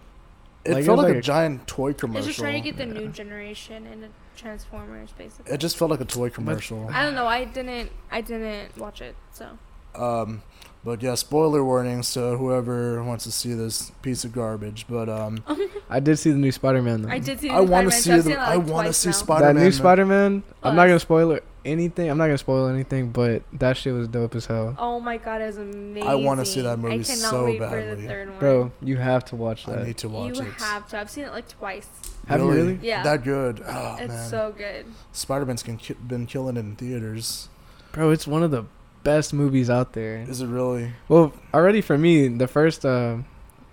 S2: it
S3: like, it
S2: felt
S3: was
S2: like,
S3: like
S2: a
S3: a-
S2: giant toy commercial.
S4: It's just trying to get the new generation into Transformers, basically.
S2: it just felt like a toy commercial.
S4: I don't know. I didn't. I didn't watch it. So
S2: Um, but yeah, spoiler warnings to whoever wants to see this piece of garbage. But um,
S3: I did see the new Spider-Man though.
S4: I did see.
S2: I want to
S4: Oh,
S2: see
S4: Spider-Man, so I've seen
S2: the,
S4: it,
S2: I
S4: like,
S2: want to
S4: twice
S2: see
S4: now.
S2: Spider
S3: that new
S2: Man.
S3: Spider-Man. I'm not
S4: Plus.
S3: gonna spoil it- anything. I'm not gonna spoil anything, but that shit was dope as hell,
S4: Oh my god, it's amazing!
S2: wanna see that movie
S4: I cannot
S2: so
S4: wait For
S2: badly.
S4: the third one.
S3: bro. You have to watch
S2: I
S3: that.
S2: need to watch
S4: you
S2: it.
S4: have to. I've seen it like twice.
S3: Have you really?
S4: Yeah.
S2: That good. Oh
S4: it's
S2: man,
S4: so good.
S2: Spider Man's ki- been killing it in theaters.
S3: bro. It's one of the best movies out there.
S2: Is it really?
S3: Well, already for me, the first uh,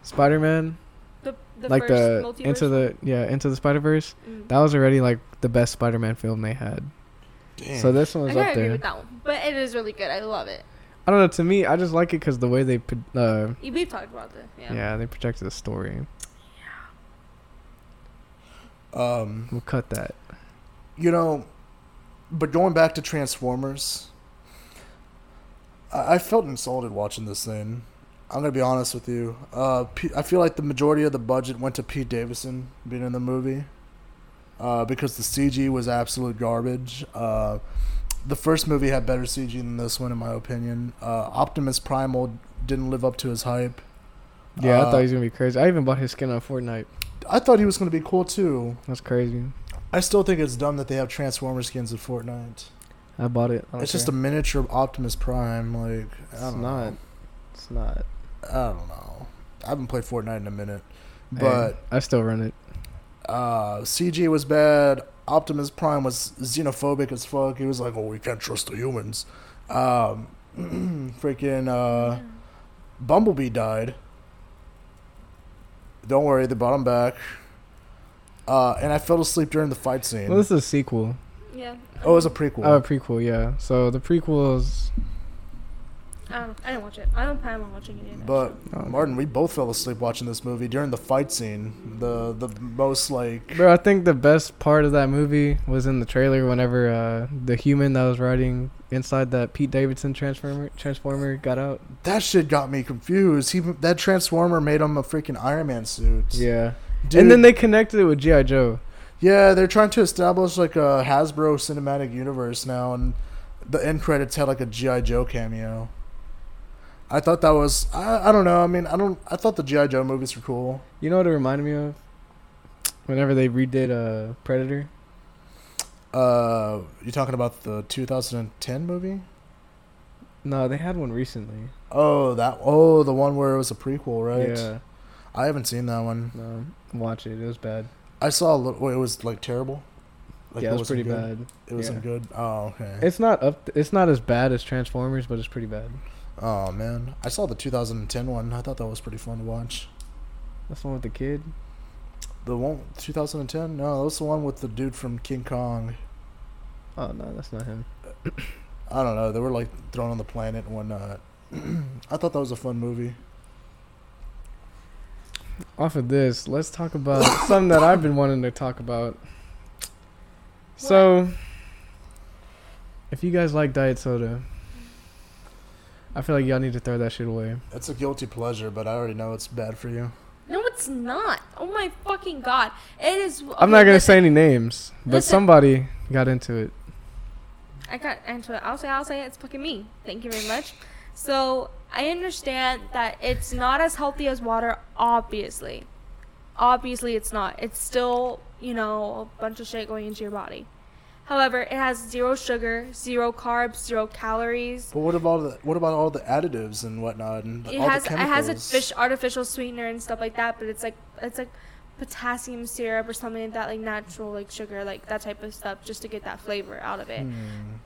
S3: Spider-Man,
S4: The, the
S3: like the
S4: first multiverse
S3: into the yeah into the Spider-Verse,
S4: Mm.
S3: that was already like the best Spider-Man film they had.
S2: Damn.
S3: So this one
S4: I
S3: was
S4: gotta
S3: up
S4: agree
S3: there.
S4: with that one, but it is really good. I love it.
S3: I don't know. To me, I just like it because the way they, pro- uh,
S4: You- We've talked about this. Yeah.
S3: yeah. they projected the story.
S2: um,
S3: We'll cut that.
S2: you know, but going back to Transformers, I, I felt insulted watching this thing. I'm gonna be honest with you. Uh, P- I feel like the majority of the budget went to Pete Davidson being in the movie, uh, because the CG was absolute garbage. Uh, the first movie had better CG than this one, in my opinion. Uh, Optimus Primal didn't live up to his hype.
S3: Yeah, I
S2: Uh,
S3: thought he was gonna be crazy. I even bought his skin on Fortnite.
S2: I thought he was gonna be cool too.
S3: That's crazy.
S2: I still think it's dumb that they have Transformer skins in Fortnite.
S3: I bought it. I don't
S2: It's just a
S3: care.
S2: miniature Optimus Prime. Like I
S3: It's
S2: don't
S3: not.
S2: Know.
S3: It's not.
S2: I don't know. I haven't played Fortnite in a minute,
S3: Hey,
S2: but
S3: I still run it.
S2: uh, CG was bad. Optimus Prime was xenophobic as fuck. He was like, "Oh, we can't trust the humans." Um, [CLEARS THROAT] freaking uh, Bumblebee died. Don't worry, they brought him back. Uh, and I fell asleep during the fight scene.
S3: Well, this is a sequel.
S4: Yeah.
S2: oh, it was a prequel.
S3: Oh, a prequel. Yeah. So the prequels.
S4: I don't. I didn't watch it. I don't plan on watching it. Either.
S2: But
S3: Oh.
S2: Martin, we both fell asleep watching this movie during the fight scene. The the most like
S3: Bro, I think the best part of that movie was in the trailer. Whenever uh, the human that was riding inside that Pete Davidson transformer transformer got out.
S2: that shit got me confused. He that transformer made him a freaking Iron Man suit.
S3: Yeah.
S2: Dude,
S3: And then they connected it with GI Joe.
S2: yeah they're trying to establish like a Hasbro cinematic universe now, and the end credits had like a GI Joe cameo. I thought that was I, I don't know I mean I don't I thought the GI Joe movies were cool.
S3: You know what it reminded me of? Whenever they redid uh, Predator.
S2: Uh, you talking about the 2010 movie?
S3: No, they had one recently.
S2: Oh, that oh the one where it was a prequel, right?
S3: Yeah.
S2: I haven't seen that one.
S3: No, watch it. It was bad.
S2: I saw a little. Wait, it was like terrible.
S3: yeah, it was
S2: wasn't
S3: pretty
S2: good?
S3: bad.
S2: It wasn't
S3: yeah.
S2: good. Oh okay.
S3: It's not up. It's not as bad as Transformers, but it's pretty bad.
S2: oh man, I saw the 2010 one. I thought that was pretty fun to watch.
S3: That's the one with the kid.
S2: The one 2010? No, that was the one with the dude from King Kong.
S3: Oh no, that's not him.
S2: I don't know. They were like thrown on the planet and whatnot. [CLEARS THROAT] I thought that was a fun movie.
S3: Off of this, let's talk [LAUGHS] about something that I've been wanting to talk about. So, if you guys like diet soda, I feel like y'all need to throw that shit away.
S2: It's a guilty pleasure, but I already know it's bad for you.
S4: no, it's not. Oh my fucking god! It is.
S3: I'm not gonna say
S4: listen,
S3: any names, but
S4: Listen.
S3: somebody got into it.
S4: I got into it. I'll say. I'll say it. It's fucking me. Thank you very much. So I understand that it's not as healthy as water. Obviously, obviously it's not. It's still you know a bunch of shit going into your body. However, it has zero sugar, zero carbs, zero calories.
S2: But what about the, what about all the additives and whatnot and
S4: it
S2: all
S4: has
S2: the
S4: it
S2: chemicals?
S4: has a fish artificial sweetener and stuff like that, but it's like it's like potassium syrup or something like that, like natural like sugar, like that type of stuff, just to get that flavor out of it.
S3: Hmm.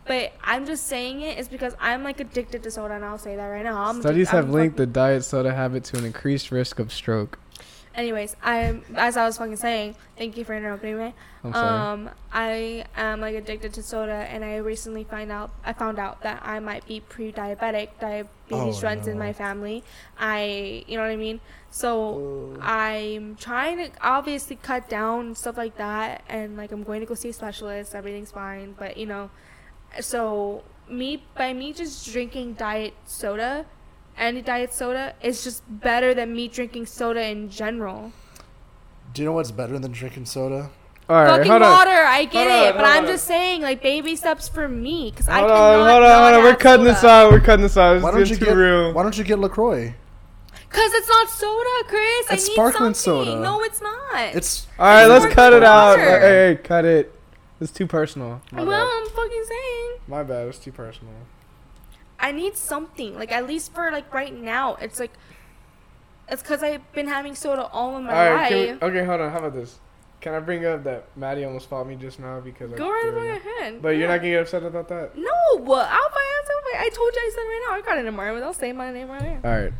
S4: But I'm just saying it is because I'm like addicted to soda, and I'll say that right now. I'm
S3: Studies
S4: addic- I'm
S3: have linked the
S4: fucking-
S3: diet soda habit to an increased risk of stroke.
S4: Anyways, I'm as I was fucking saying. Thank you for interrupting me.
S3: I'm sorry.
S4: Um, I am like addicted to soda, and I recently find out I found out that I might be pre-diabetic. Diabetes
S2: Oh,
S4: runs in
S2: no.
S4: my family. I, you know what I mean. So I'm trying to obviously cut down stuff like that, and like I'm going to go see a specialist. Everything's fine, but you know, so me by me just drinking diet soda, any diet soda is just better than me drinking soda in general.
S2: Do you know what's better than drinking soda?
S3: All right,
S4: Fucking
S3: hold on.
S4: water, I
S3: Hold
S4: get it,
S3: on,
S4: but
S3: hold
S4: I'm
S3: on.
S4: just saying, like baby steps for me, cause I
S3: Hold
S4: cannot.
S3: on, hold on, hold on. We're cutting this out. We're cutting this out.
S2: Why
S3: It's
S2: don't you
S3: too
S2: get
S3: real.
S2: Why don't you get Lacroix?
S4: Cause it's not soda, Chris. I need
S2: It's sparkling
S4: something.
S2: soda.
S4: No, it's not.
S2: It's
S3: All right,
S4: It's
S3: let's
S4: more
S3: cut it out.
S4: water.
S3: Hey, hey, cut it. It's too personal. My
S4: well,
S3: bad.
S4: I'm fucking saying,
S3: My bad. It's too personal.
S4: I need something. Like at least for like right now, it's like, it's cause I've been having soda all of my
S3: All right.
S4: life.
S3: Can we, okay, hold on. How about this? Can I bring up that Maddie almost fought me just now because I
S4: Go right
S3: threw
S4: over
S3: her-
S4: your head.
S3: But you're not gonna get upset about that.
S4: No, I'll buy ass over. I told you I said right now. I got an environment. I'll say my name right here.
S3: All right.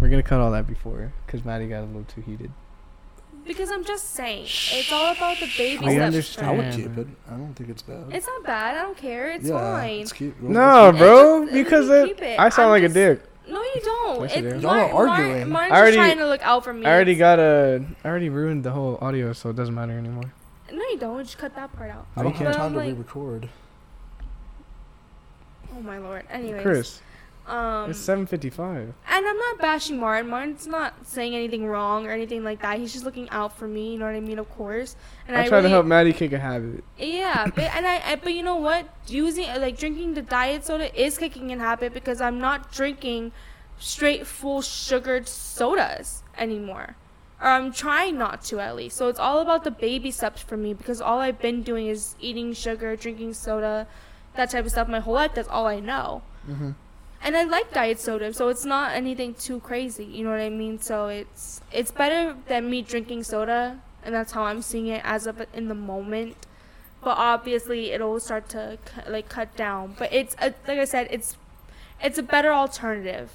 S3: We're gonna cut all that before because Maddie got a little too heated.
S4: Because I'm just saying, it's all about the baby
S3: We
S4: steps.
S3: understand.
S2: I would
S3: Yeah,
S2: keep
S3: but-
S2: it. I don't think it's bad.
S4: It's not bad. I don't care. It's
S2: yeah,
S4: fine.
S2: It's cute.
S3: No,
S4: just-
S3: bro,
S4: let me
S3: because
S4: keep
S3: it,
S4: it.
S3: I sound
S4: I'm
S3: like
S4: just-
S3: a dick.
S4: No, you don't.
S3: Yes, you do.
S4: It's
S2: Y'all are
S4: Mar- Mar-
S2: arguing.
S4: Martin's
S3: I already-
S4: just trying to look out for me.
S3: I already got a. I already ruined the whole audio, so it doesn't matter anymore.
S4: No, you don't. Just cut that part out.
S2: I don't have
S4: But
S2: time
S4: I'm
S2: to
S4: like-
S2: re-record.
S4: Oh my lord. Anyways,
S3: Chris,
S4: Um,
S3: it's seven fifty-five.
S4: and I'm not bashing Martin. Martin's not saying anything wrong or anything like that. He's just looking out for me. You know what I mean? Of course. And
S3: I,
S4: I
S3: tried to
S4: really-
S3: help Maddie kick a habit.
S4: Yeah, but and I, I but you know what? Using uh, like drinking the diet soda is kicking in habit because I'm not drinking straight full sugared sodas anymore. Or I'm trying not to at least. So it's all about the baby steps for me because all I've been doing is eating sugar, drinking soda, that type of stuff my whole life. That's all I know. And I like diet soda, so it's not anything too crazy. You know what I mean? So it's it's better than me drinking soda, and that's how I'm seeing it as of in the moment but obviously it'll start to cu- like cut down but it's uh like i said it's it's a better alternative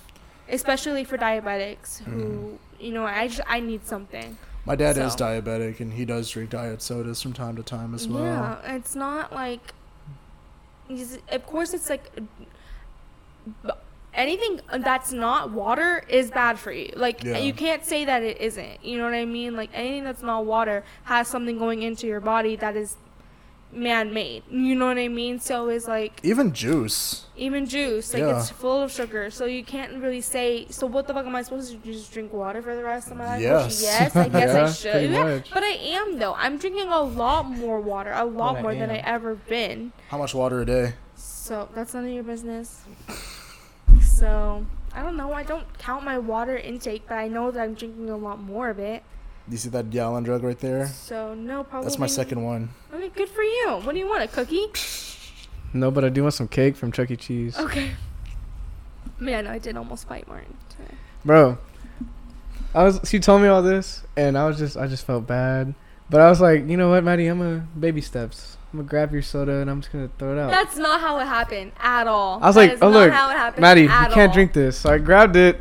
S4: especially for diabetics who
S2: Mm-hmm.
S4: you know i just i need something
S2: My dad is
S4: So.
S2: diabetic, and he does drink diet sodas from time to time as well.
S4: yeah it's not like is- of course it's like b- anything that's not water is bad for you like
S2: Yeah.
S4: you can't say that it isn't you know what i mean like anything that's not water has something going into your body that is man-made you know what i mean so it's like
S2: Even juice.
S4: even juice like
S2: Yeah.
S4: it's full of sugar so you can't really say so what the fuck am i supposed to do just drink water for the rest of my life
S2: Yes.
S4: yes
S2: [LAUGHS]
S4: i guess
S3: Yeah,
S4: i should [LAUGHS]
S3: pretty
S4: yeah,
S3: much.
S4: but i am though i'm drinking a lot more water a
S3: But
S4: lot
S3: Oh, I
S4: more than i
S3: am.
S4: ever been
S2: How much water a day?
S4: so that's none of
S2: [LAUGHS]
S4: your business so i don't know i don't count my water intake but i know that i'm drinking a lot more of it
S2: You see that gallon jug right there?
S4: so no problem
S2: That's my second one.
S4: i mean good for you what do you want a cookie
S3: No, but I do want some cake from Chuck E. Cheese,
S4: okay [LAUGHS] man i did almost
S2: [LAUGHS]
S4: fight martin today.
S3: bro. I was. She told me all this, and I was just. I just felt bad, but I was like, you know what, Maddie, I'm a baby steps. I'm gonna grab your soda and I'm just gonna throw it out.
S4: That's not how it happened at all.
S3: I was
S4: That
S3: like,
S4: is
S3: oh
S4: not
S3: look,
S4: how it happened
S3: Maddie, you
S4: at
S3: can't
S4: all."
S3: drink this. So I grabbed it,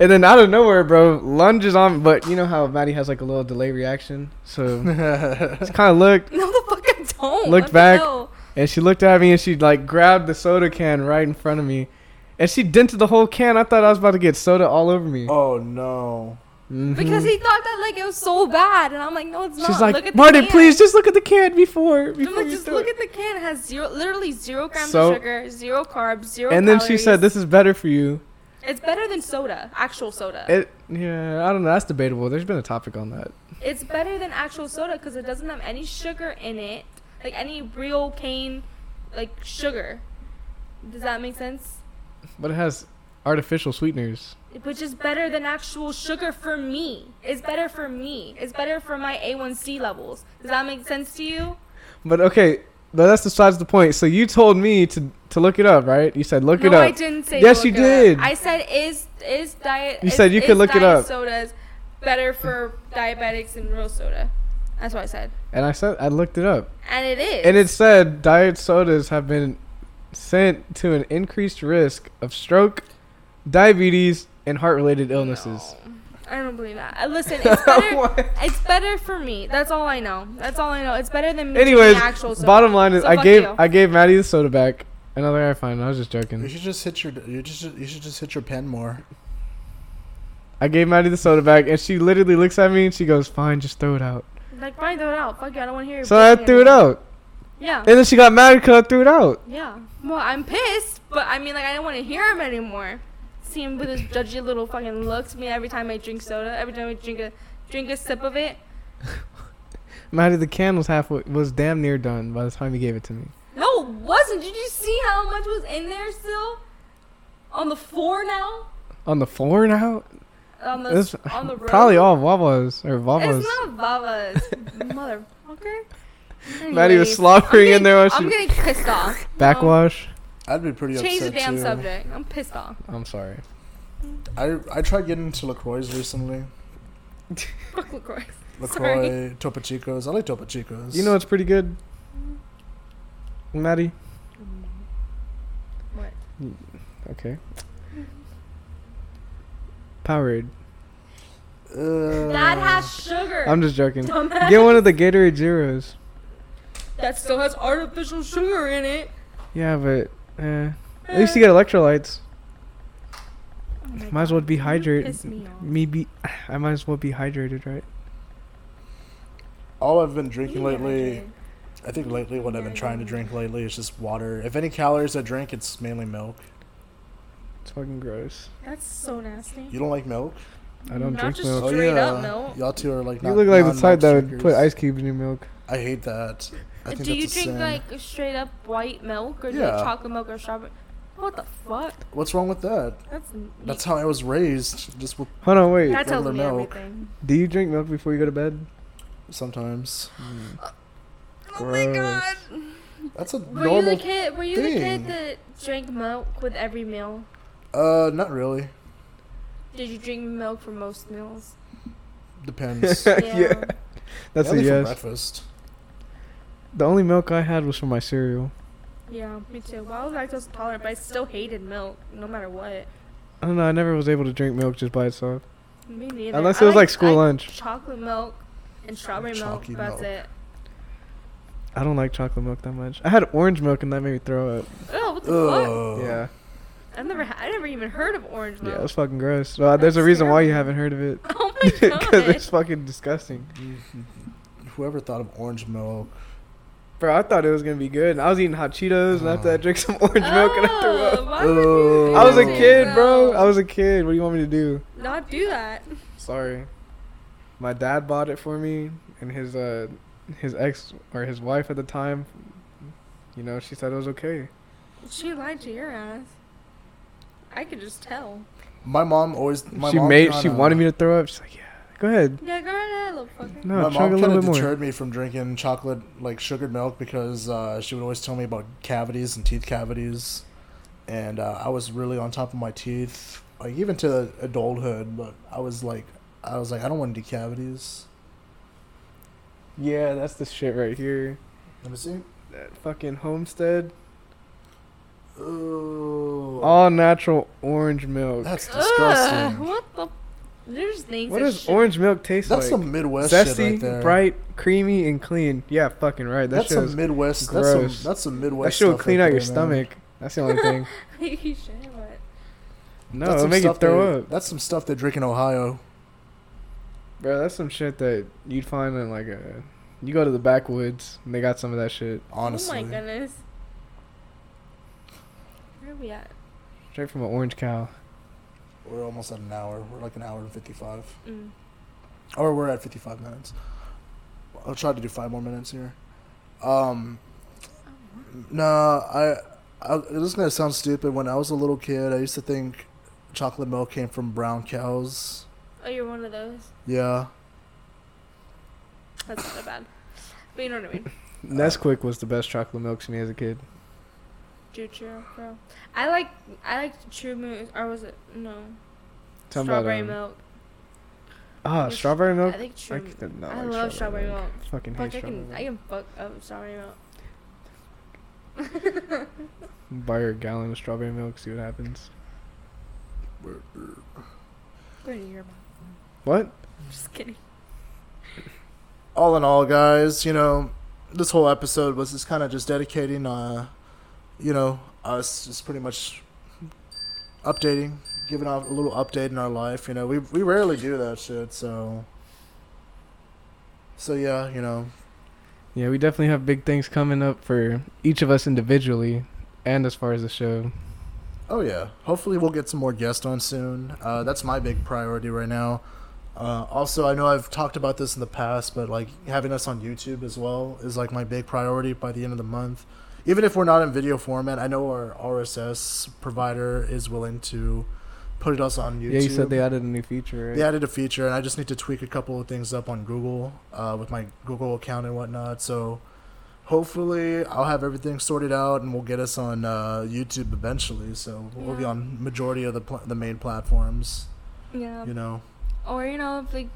S3: and then out of nowhere, bro, lunges on. But you know how Maddie has like a little delay reaction,
S2: [LAUGHS]
S3: so
S2: That's
S3: just kind of looked,
S4: [LAUGHS] No, the fuck I
S3: Looked
S4: don't. What the
S3: back.
S4: hell?
S3: and she looked at me, and she like grabbed the soda can right in front of me, and she dented the whole can. I thought I was about to get soda all over me.
S2: oh no.
S3: Mhm.
S4: Because he thought that like it was so bad, and I'm like, no, it's not.
S3: she's
S4: look at
S3: like,
S4: the
S3: Marty,
S4: can."
S3: please just look at the can before
S4: I'm
S3: before
S4: like,
S3: you
S4: just
S3: do
S4: look
S3: it."
S4: at the can. It has zero, literally zero grams
S3: So-
S4: of sugar, zero carbs, zero.
S3: And then she said,
S4: calories.
S3: "This is better for you."
S4: It's better than soda, actual soda.
S3: It, yeah, I don't know. That's debatable. There's been a topic on that.
S4: it's better than actual soda because it doesn't have any sugar in it, like any real cane, like sugar. Does that make sense?
S3: But it has artificial sweeteners.
S4: which is better than actual sugar for me. It's better for me. It's better for my A1C levels. Does that make sense to you?
S3: But okay, but that's besides the point. So you told me to to look it up, right? You said look
S4: no,
S3: it up.
S4: I didn't say.
S3: Yes,
S4: look
S3: you
S4: it
S3: did.
S4: Up. I said is is diet.
S3: You
S4: is-
S3: said you could
S4: is
S3: look it
S4: diet
S3: up.
S4: Sodas better for diabetics than real soda. That's what I said,
S3: and I said I looked it up,
S4: and it is.
S3: and it said diet sodas have been sent to an increased risk of stroke, diabetes, and heart-related illnesses.
S4: No. I don't believe that. Uh,
S3: [LAUGHS]
S4: Listen, it's better. it's better for me. That's all I know. That's all I know. It's better than me. drinking
S3: Anyways,
S4: actual soda.
S3: bottom line is
S4: So
S3: I
S4: fuck
S3: gave
S4: you.
S3: I gave Maddie the soda back. Another air fine. I was just
S2: You
S3: joking.
S2: should just hit your you just you should just hit your pen more.
S3: I gave Maddie the soda back, and she literally looks at me and she goes, "Fine, just throw it out."
S4: like fine, throw it out. Fuck you. I don't want to hear. your
S3: So I
S4: bitching
S3: threw it
S4: anymore.
S3: out,
S4: Yeah.
S3: and then she got mad because I threw it out.
S4: Yeah. Well, I'm pissed, but I mean, like, I do not want to hear him anymore. See him with his judgy little fucking looks. Me every time I drink soda, every time I drink a drink a sip of it.
S3: Maddie, the can was half was damn near done by the time he gave it to me.
S4: No, it wasn't. Did you see how much was in there still? On the floor now.
S3: On the floor now?
S4: On the
S3: This
S4: on the road.
S3: probably all Wawas or Wawas.
S4: It's not Bava's, motherfucker.
S3: [LAUGHS] Maddie was
S4: Anyways,
S3: slobbering
S4: I'm
S3: in there while
S4: getting- I'm
S3: she-
S4: getting
S3: [LAUGHS]
S4: pissed off.
S3: Backwash.
S2: I'd be pretty
S4: Change the
S2: upset
S4: damn
S2: too.
S4: subject. I'm pissed off.
S3: I'm sorry.
S2: I I tried getting into Lacroix recently.
S4: Fuck LaCroix. Sorry.
S2: Lacroix, Topo Chicos. I like Topo Chicos.
S3: You know it's pretty good, Maddie.
S4: What?
S3: Okay.
S4: [LAUGHS]
S3: Powerade.
S2: Uh,
S4: That has sugar.
S3: I'm just joking.
S4: Dumbass.
S3: Get one of the Gatorade Zeros.
S4: that still has artificial sugar in it.
S3: Yeah, but eh. at least you get electrolytes.
S4: Oh
S3: Might as well be
S4: piss me
S3: hydrated.
S4: off.
S3: Me be, [SIGHS] I might as well be hydrated, right?
S2: all I've been drinking
S4: You get
S2: lately.
S4: hydrated.
S2: I think lately what I've been trying to drink lately is just water. If any calories I drink, it's mainly milk.
S3: It's fucking gross.
S4: That's so nasty.
S2: You don't like milk?
S3: I don't
S4: Not
S3: drink
S4: just-
S3: milk.
S2: Oh
S4: Straight
S2: yeah.
S4: up milk.
S2: Y'all two are like.
S3: You
S2: not-
S3: look like
S2: non-milk
S3: the type that would put
S2: drinkers.
S3: ice cubes in your milk.
S2: I hate that. I think
S4: Do you
S2: that's a
S4: drink
S2: sin.
S4: like straight up white milk or do you
S2: Yeah.
S4: like chocolate milk or strawberry? What the fuck?
S2: What's wrong with that?
S4: That's
S2: That's how I was raised. Just with
S3: Hold on, wait.
S4: that tells me
S2: regular milk.
S4: everything.
S3: Do you drink milk before you go to bed?
S2: sometimes.
S4: Hmm. Oh my
S3: Gross.
S4: god.
S2: That's a
S4: Were you
S2: normal.
S4: the kid? Were you the
S2: thing.
S4: kid that drank milk with every meal?
S2: Uh, not really.
S4: Did you drink milk for most meals?
S2: Depends.
S3: [LAUGHS] yeah. That's
S2: Mainly
S3: a
S2: for
S3: yes.
S2: breakfast.
S3: The only milk I had was from my cereal.
S4: Yeah, me too. Well, I was lactose intolerant, but I still hated milk, no matter what.
S3: I don't know. I never was able to drink milk just by itself.
S4: Me neither.
S3: Unless
S4: I
S3: it was like school
S4: I-
S3: lunch.
S4: Chocolate milk and strawberry milk.
S2: Chalky
S4: That's
S2: milk.
S4: it.
S3: I don't like chocolate milk that much. I had orange milk and that made me throw up.
S4: Oh, what the fuck?
S2: Ugh.
S3: yeah.
S4: I've never, ha- I never even heard of orange
S3: Yeah,
S4: milk.
S3: it's fucking gross. Well, there's a
S4: That's
S3: reason why you
S4: terrible.
S3: haven't heard of it.
S4: [LAUGHS] Oh
S3: [LAUGHS]
S4: my god.
S3: Because it's fucking disgusting.
S2: Whoever thought of orange milk?
S3: Bro, I thought it was going to be good. And I was eating hot Cheetos, and after
S2: Oh.
S3: I drank some orange milk, and I threw
S4: Oh,
S3: up.
S4: why would you
S2: Ugh.
S4: do
S3: I was a
S4: that?
S3: kid, bro. I
S4: No.
S3: was a kid. What do you want me to do?
S4: Not do that.
S3: Sorry. My dad bought it for me and his uh his ex or his wife at the time you know, she said it was okay.
S4: She lied to your ass. I could just tell.
S2: My mom always. My
S3: she
S2: mom uh,
S3: made
S2: kinda-
S3: she wanted me to throw up. She's like, "Yeah, go ahead."
S4: Yeah, go right ahead, little fucker.
S3: No,
S2: my mom
S3: chug a
S2: kind
S3: little
S2: of
S3: bit more.
S2: deterred me from drinking chocolate, like sugared milk, because uh, she would always tell me about cavities and teeth cavities, and uh, I was really on top of my teeth, like even to adulthood. But I was like, I was like, I don't want to do cavities.
S3: Yeah, that's the shit right here.
S2: Let me see.
S3: That fucking homestead,
S2: Ooh,
S3: all natural orange milk.
S2: that's
S4: Ugh,
S2: disgusting.
S4: what the? There's things.
S3: what
S4: that
S3: does
S4: shit-
S3: orange milk taste
S2: That's some
S3: like?
S2: Midwest shit
S3: Zesty,
S2: right there.
S3: bright, creamy, and clean. Yeah, fucking right. That
S2: that's
S3: shit.
S2: some
S3: is-
S2: Midwest. That's
S3: gross.
S2: some. That's some Midwest.
S3: That shit will
S2: stuff
S3: clean
S2: right
S3: out your
S2: there, man.
S3: stomach. That's the
S2: [LAUGHS]
S3: only thing.
S4: [LAUGHS] you should have Oh it.
S3: No,
S2: That's
S3: it'll
S2: some
S3: make you
S2: stuff
S3: throw
S2: they-
S3: up.
S2: That's some stuff they drink in Ohio.
S3: Bro, that's some shit that you'd find in like a. You go to the backwoods and they got some of that shit
S2: Honestly,
S4: Oh my goodness. Where are we at?
S3: straight from an orange cow.
S2: we're almost at an hour. We're like an hour and fifty-five,
S4: Mm.
S2: or we're at fifty-five minutes. I'll try to do five more minutes here. Um, nah, I, I this is gonna sound stupid. When I was a little kid, I used to think chocolate milk came from brown cows.
S4: Oh, you're one of those.
S2: Yeah,
S4: That's not that bad. But you know what I
S3: [LAUGHS]
S4: mean.
S2: Uh,
S3: Nesquik was the best chocolate milk to me as a kid.
S4: True, true, bro. I like I like True Moon or was it no
S3: Tell me about,
S4: strawberry
S3: um,
S4: milk.
S3: Ah,
S4: Yes.
S3: strawberry milk.
S4: I think
S3: I,
S4: True. Moon.
S3: could not
S4: I
S3: like
S4: love strawberry milk.
S3: Fucking hate
S4: Fuck, I
S3: strawberry
S4: can I
S3: milk.
S4: can fuck up strawberry milk.
S3: Buy her a gallon of strawberry milk, see what happens.
S4: Go to your mouth. [LAUGHS]
S3: What?
S4: Just kidding.
S2: all in all, guys, you know, this whole episode was just kind of just dedicating, uh, you know, us just pretty much updating, giving off a little update in our life. You know, we we rarely do that shit, so. So yeah, you know,
S3: Yeah, we definitely have big things coming up for each of us individually, and as far as the show.
S2: oh yeah. Hopefully, we'll get some more guests on soon. Uh, that's my big priority right now. Uh, also, I know I've talked about this in the past, but like having us on YouTube as well is like my big priority by the end of the month. Even if we're not in video format, I know our RSS provider is willing to put us on YouTube.
S3: Yeah, you said they added a new feature. Right?
S2: They added a feature, and I just need to tweak a couple of things up on Google uh, with my Google account and whatnot. So hopefully, I'll have everything sorted out, and we'll get us on uh, YouTube eventually. So we'll be
S4: Yeah.
S2: on majority of the pl- the main platforms.
S4: Yeah.
S2: You know,
S4: Or you know, if, like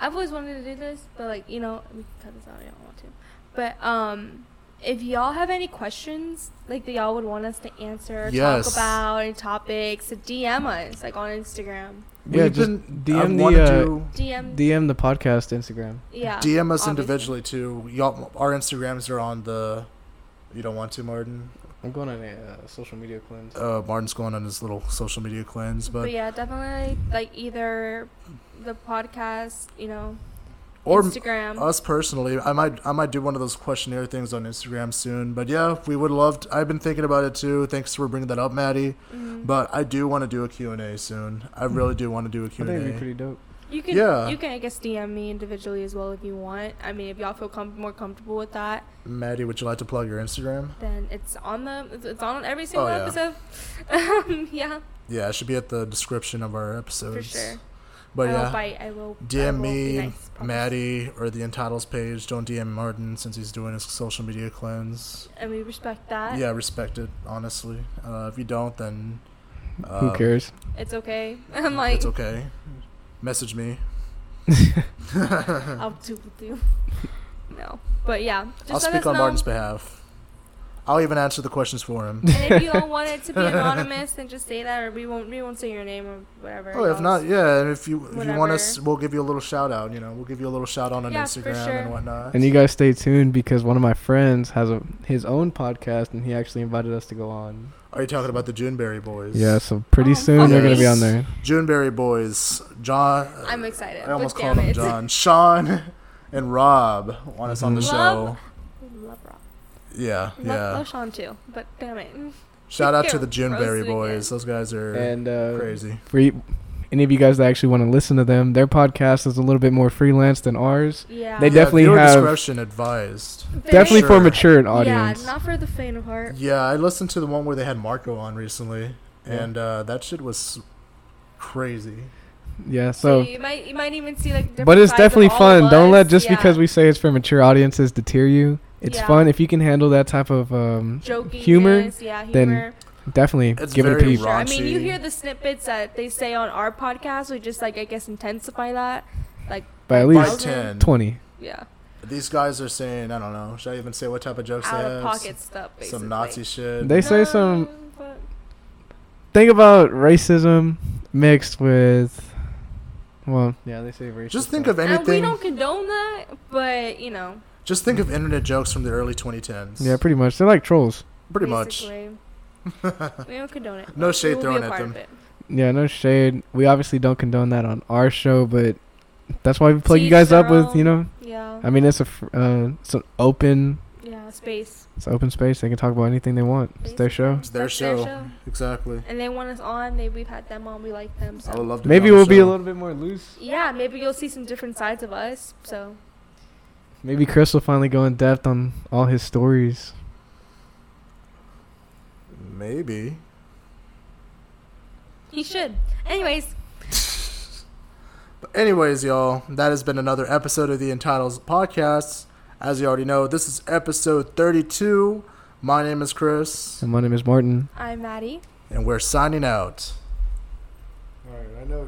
S4: I've always wanted to do this, but like you know, we can cut this out. I don't want to. But um, if y'all have any questions like that y'all would want us to answer,
S2: Yes.
S4: talk about any topics, DM us like on Instagram.
S3: Yeah,
S2: We've
S3: just
S2: been- I
S3: DM
S2: wanna
S3: the uh,
S2: do-
S4: DM.
S3: DM the podcast Instagram.
S4: yeah.
S2: DM us
S4: obviously.
S2: individually too. Y'all, our Instagrams are on the. You don't want to, Martin.
S3: I'm going on a uh, social media cleanse.
S2: Uh, Martin's going on his little social media cleanse,
S4: But,
S2: but
S4: yeah, definitely like either the podcast, you know,
S2: or uh,
S4: Instagram.
S2: us personally i might i might do one of those questionnaire things on instagram soon but yeah we would love to, i've been thinking about it too thanks for bringing that up maddie
S4: Mm-hmm.
S2: but i do want to do a q&a soon i really do want to do a
S3: Hmm. I
S2: q&a
S3: think it'd be pretty dope.
S4: You can
S2: Yeah.
S4: you can I guess DM me individually as well if you want. I mean, if y'all feel com- more comfortable with that,
S2: maddie would you like to plug your instagram
S4: then it's on the it's- it's on every single
S2: Oh, yeah.
S4: episode. [LAUGHS] Um, yeah,
S2: yeah it should be at the description of our
S4: for
S2: episodes
S4: sure.
S2: but
S4: I will
S2: oh, yeah
S4: bite. I will. I will
S2: DM
S4: be
S2: me,
S4: nice, promise.
S2: Maddie, or the Entitles page. Don't DM Martin since he's doing his social media cleanse.
S4: and we respect that.
S2: Yeah, respect it, honestly. Uh, if you don't, then. Uh,
S3: Who cares?
S4: it's okay. [LAUGHS] I'm like,
S2: It's okay. Message
S4: [LAUGHS]
S2: me.
S4: I'll do with you. [LAUGHS] no, but yeah, just
S2: I'll
S4: let
S2: speak
S4: us
S2: on
S4: know.
S2: Martin's behalf. I'll even answer the questions for him.
S4: and
S2: [LAUGHS]
S4: if you don't want it to be anonymous, then just say that, or we won't we won't say your name or whatever.
S2: oh, if
S4: else.
S2: not, yeah. And if you if you want
S4: Whatever.
S2: us, we'll give you a little shout out. You know, we'll give you a little shout out on
S4: Yeah, for
S2: Instagram
S4: sure.
S2: and whatnot.
S3: And you guys stay tuned because one of my friends has a his own podcast and he actually invited us to go on.
S2: Are you talking about the Juneberry Boys?
S3: Yeah, so pretty
S4: Oh,
S3: soon they're gonna be
S2: nice.
S3: on there.
S2: Juneberry Boys. John.
S4: I'm excited.
S2: I almost
S4: but
S2: called
S4: damn
S2: him
S4: it.
S2: John. Sean and Rob want us on the
S3: Mm-hmm.
S4: Mhm.
S2: show.
S4: Love- Love Rob.
S2: Yeah,
S4: Love,
S2: yeah.
S4: love Sean too, but damn it.
S2: Shout out to the
S4: oh, Roasted
S2: Juneberry
S4: again.
S2: Boys. Those guys are
S3: And uh,
S2: crazy.
S3: for y- any of you guys that actually want to listen to them, their podcast is a little bit more freelance than ours.
S4: Yeah.
S3: They definitely
S2: viewer
S3: have-
S2: discretion advised.
S4: Very-
S3: Definitely
S2: Sure.
S3: for matured
S4: Yeah,
S3: audience.
S4: not for the faint of heart.
S2: Yeah, I listened to the one where they had Marco on recently,
S3: Yeah.
S2: and uh, that shit was crazy.
S3: yeah, so
S4: you might you might even see like. Different
S3: but it's
S4: sides of
S3: definitely
S4: all
S3: fun.
S4: of
S3: Don't
S4: us.
S3: let just
S4: Yeah.
S3: because we say it's for mature audiences deter you. It's
S4: Yeah.
S3: fun if you can handle that type of um,
S4: joking
S3: humor.
S4: yeah,
S3: then
S4: humor.
S3: Definitely
S2: It's
S3: give it a
S2: very
S3: peep.
S4: Sure. I mean, you
S2: raunchy.
S4: hear the snippets that they say on our podcast. We just like I guess intensify that. Like
S3: By at
S2: By
S3: least
S4: Thousand?
S2: ten,
S3: twenty.
S4: yeah,
S2: these guys are saying, I don't know. Should I even say what type of jokes
S4: out
S2: they
S4: of
S2: have?
S4: pocket stuff. Basically.
S2: Some Nazi shit.
S3: They say
S4: No,
S3: some
S4: but-
S3: think about racism mixed with well yeah they say racism
S2: just think of
S4: And we
S2: anything.
S4: don't condone that, but you know,
S2: Just think of internet jokes from the early 2010s.
S3: yeah pretty much they're like trolls
S2: pretty much. [LAUGHS]
S4: basically, we don't condone it.
S2: No shade
S4: We'll be
S2: thrown
S4: a
S2: at
S4: part
S2: them.
S4: of it.
S3: yeah no shade we obviously don't condone that on our show but that's why we plug
S4: To
S3: you guys
S4: each
S3: up
S4: their
S3: with you know
S4: Yeah,
S3: i mean it's a fr- uh, it's an open
S4: yeah, space.
S3: it's an open space they can talk about anything they want it's their show
S2: It's their
S4: That's
S2: show.
S4: their show.
S2: Exactly.
S4: And they want us on. They we've had them on. We like them. So.
S2: I would love to.
S3: maybe
S2: on the
S3: we'll be a
S2: show.
S3: little bit more loose
S4: Yeah, maybe you'll see some different sides of us. So
S3: maybe chris will finally go in depth on all his stories
S2: Maybe.
S4: he should. Anyways,
S2: But anyways, y'all, that has been another episode of the Entitles Podcast. As you already know, this is episode 32. My name is Chris,
S3: and my name is martin
S4: I'm Maddie.
S2: and we're signing out.
S3: all right i know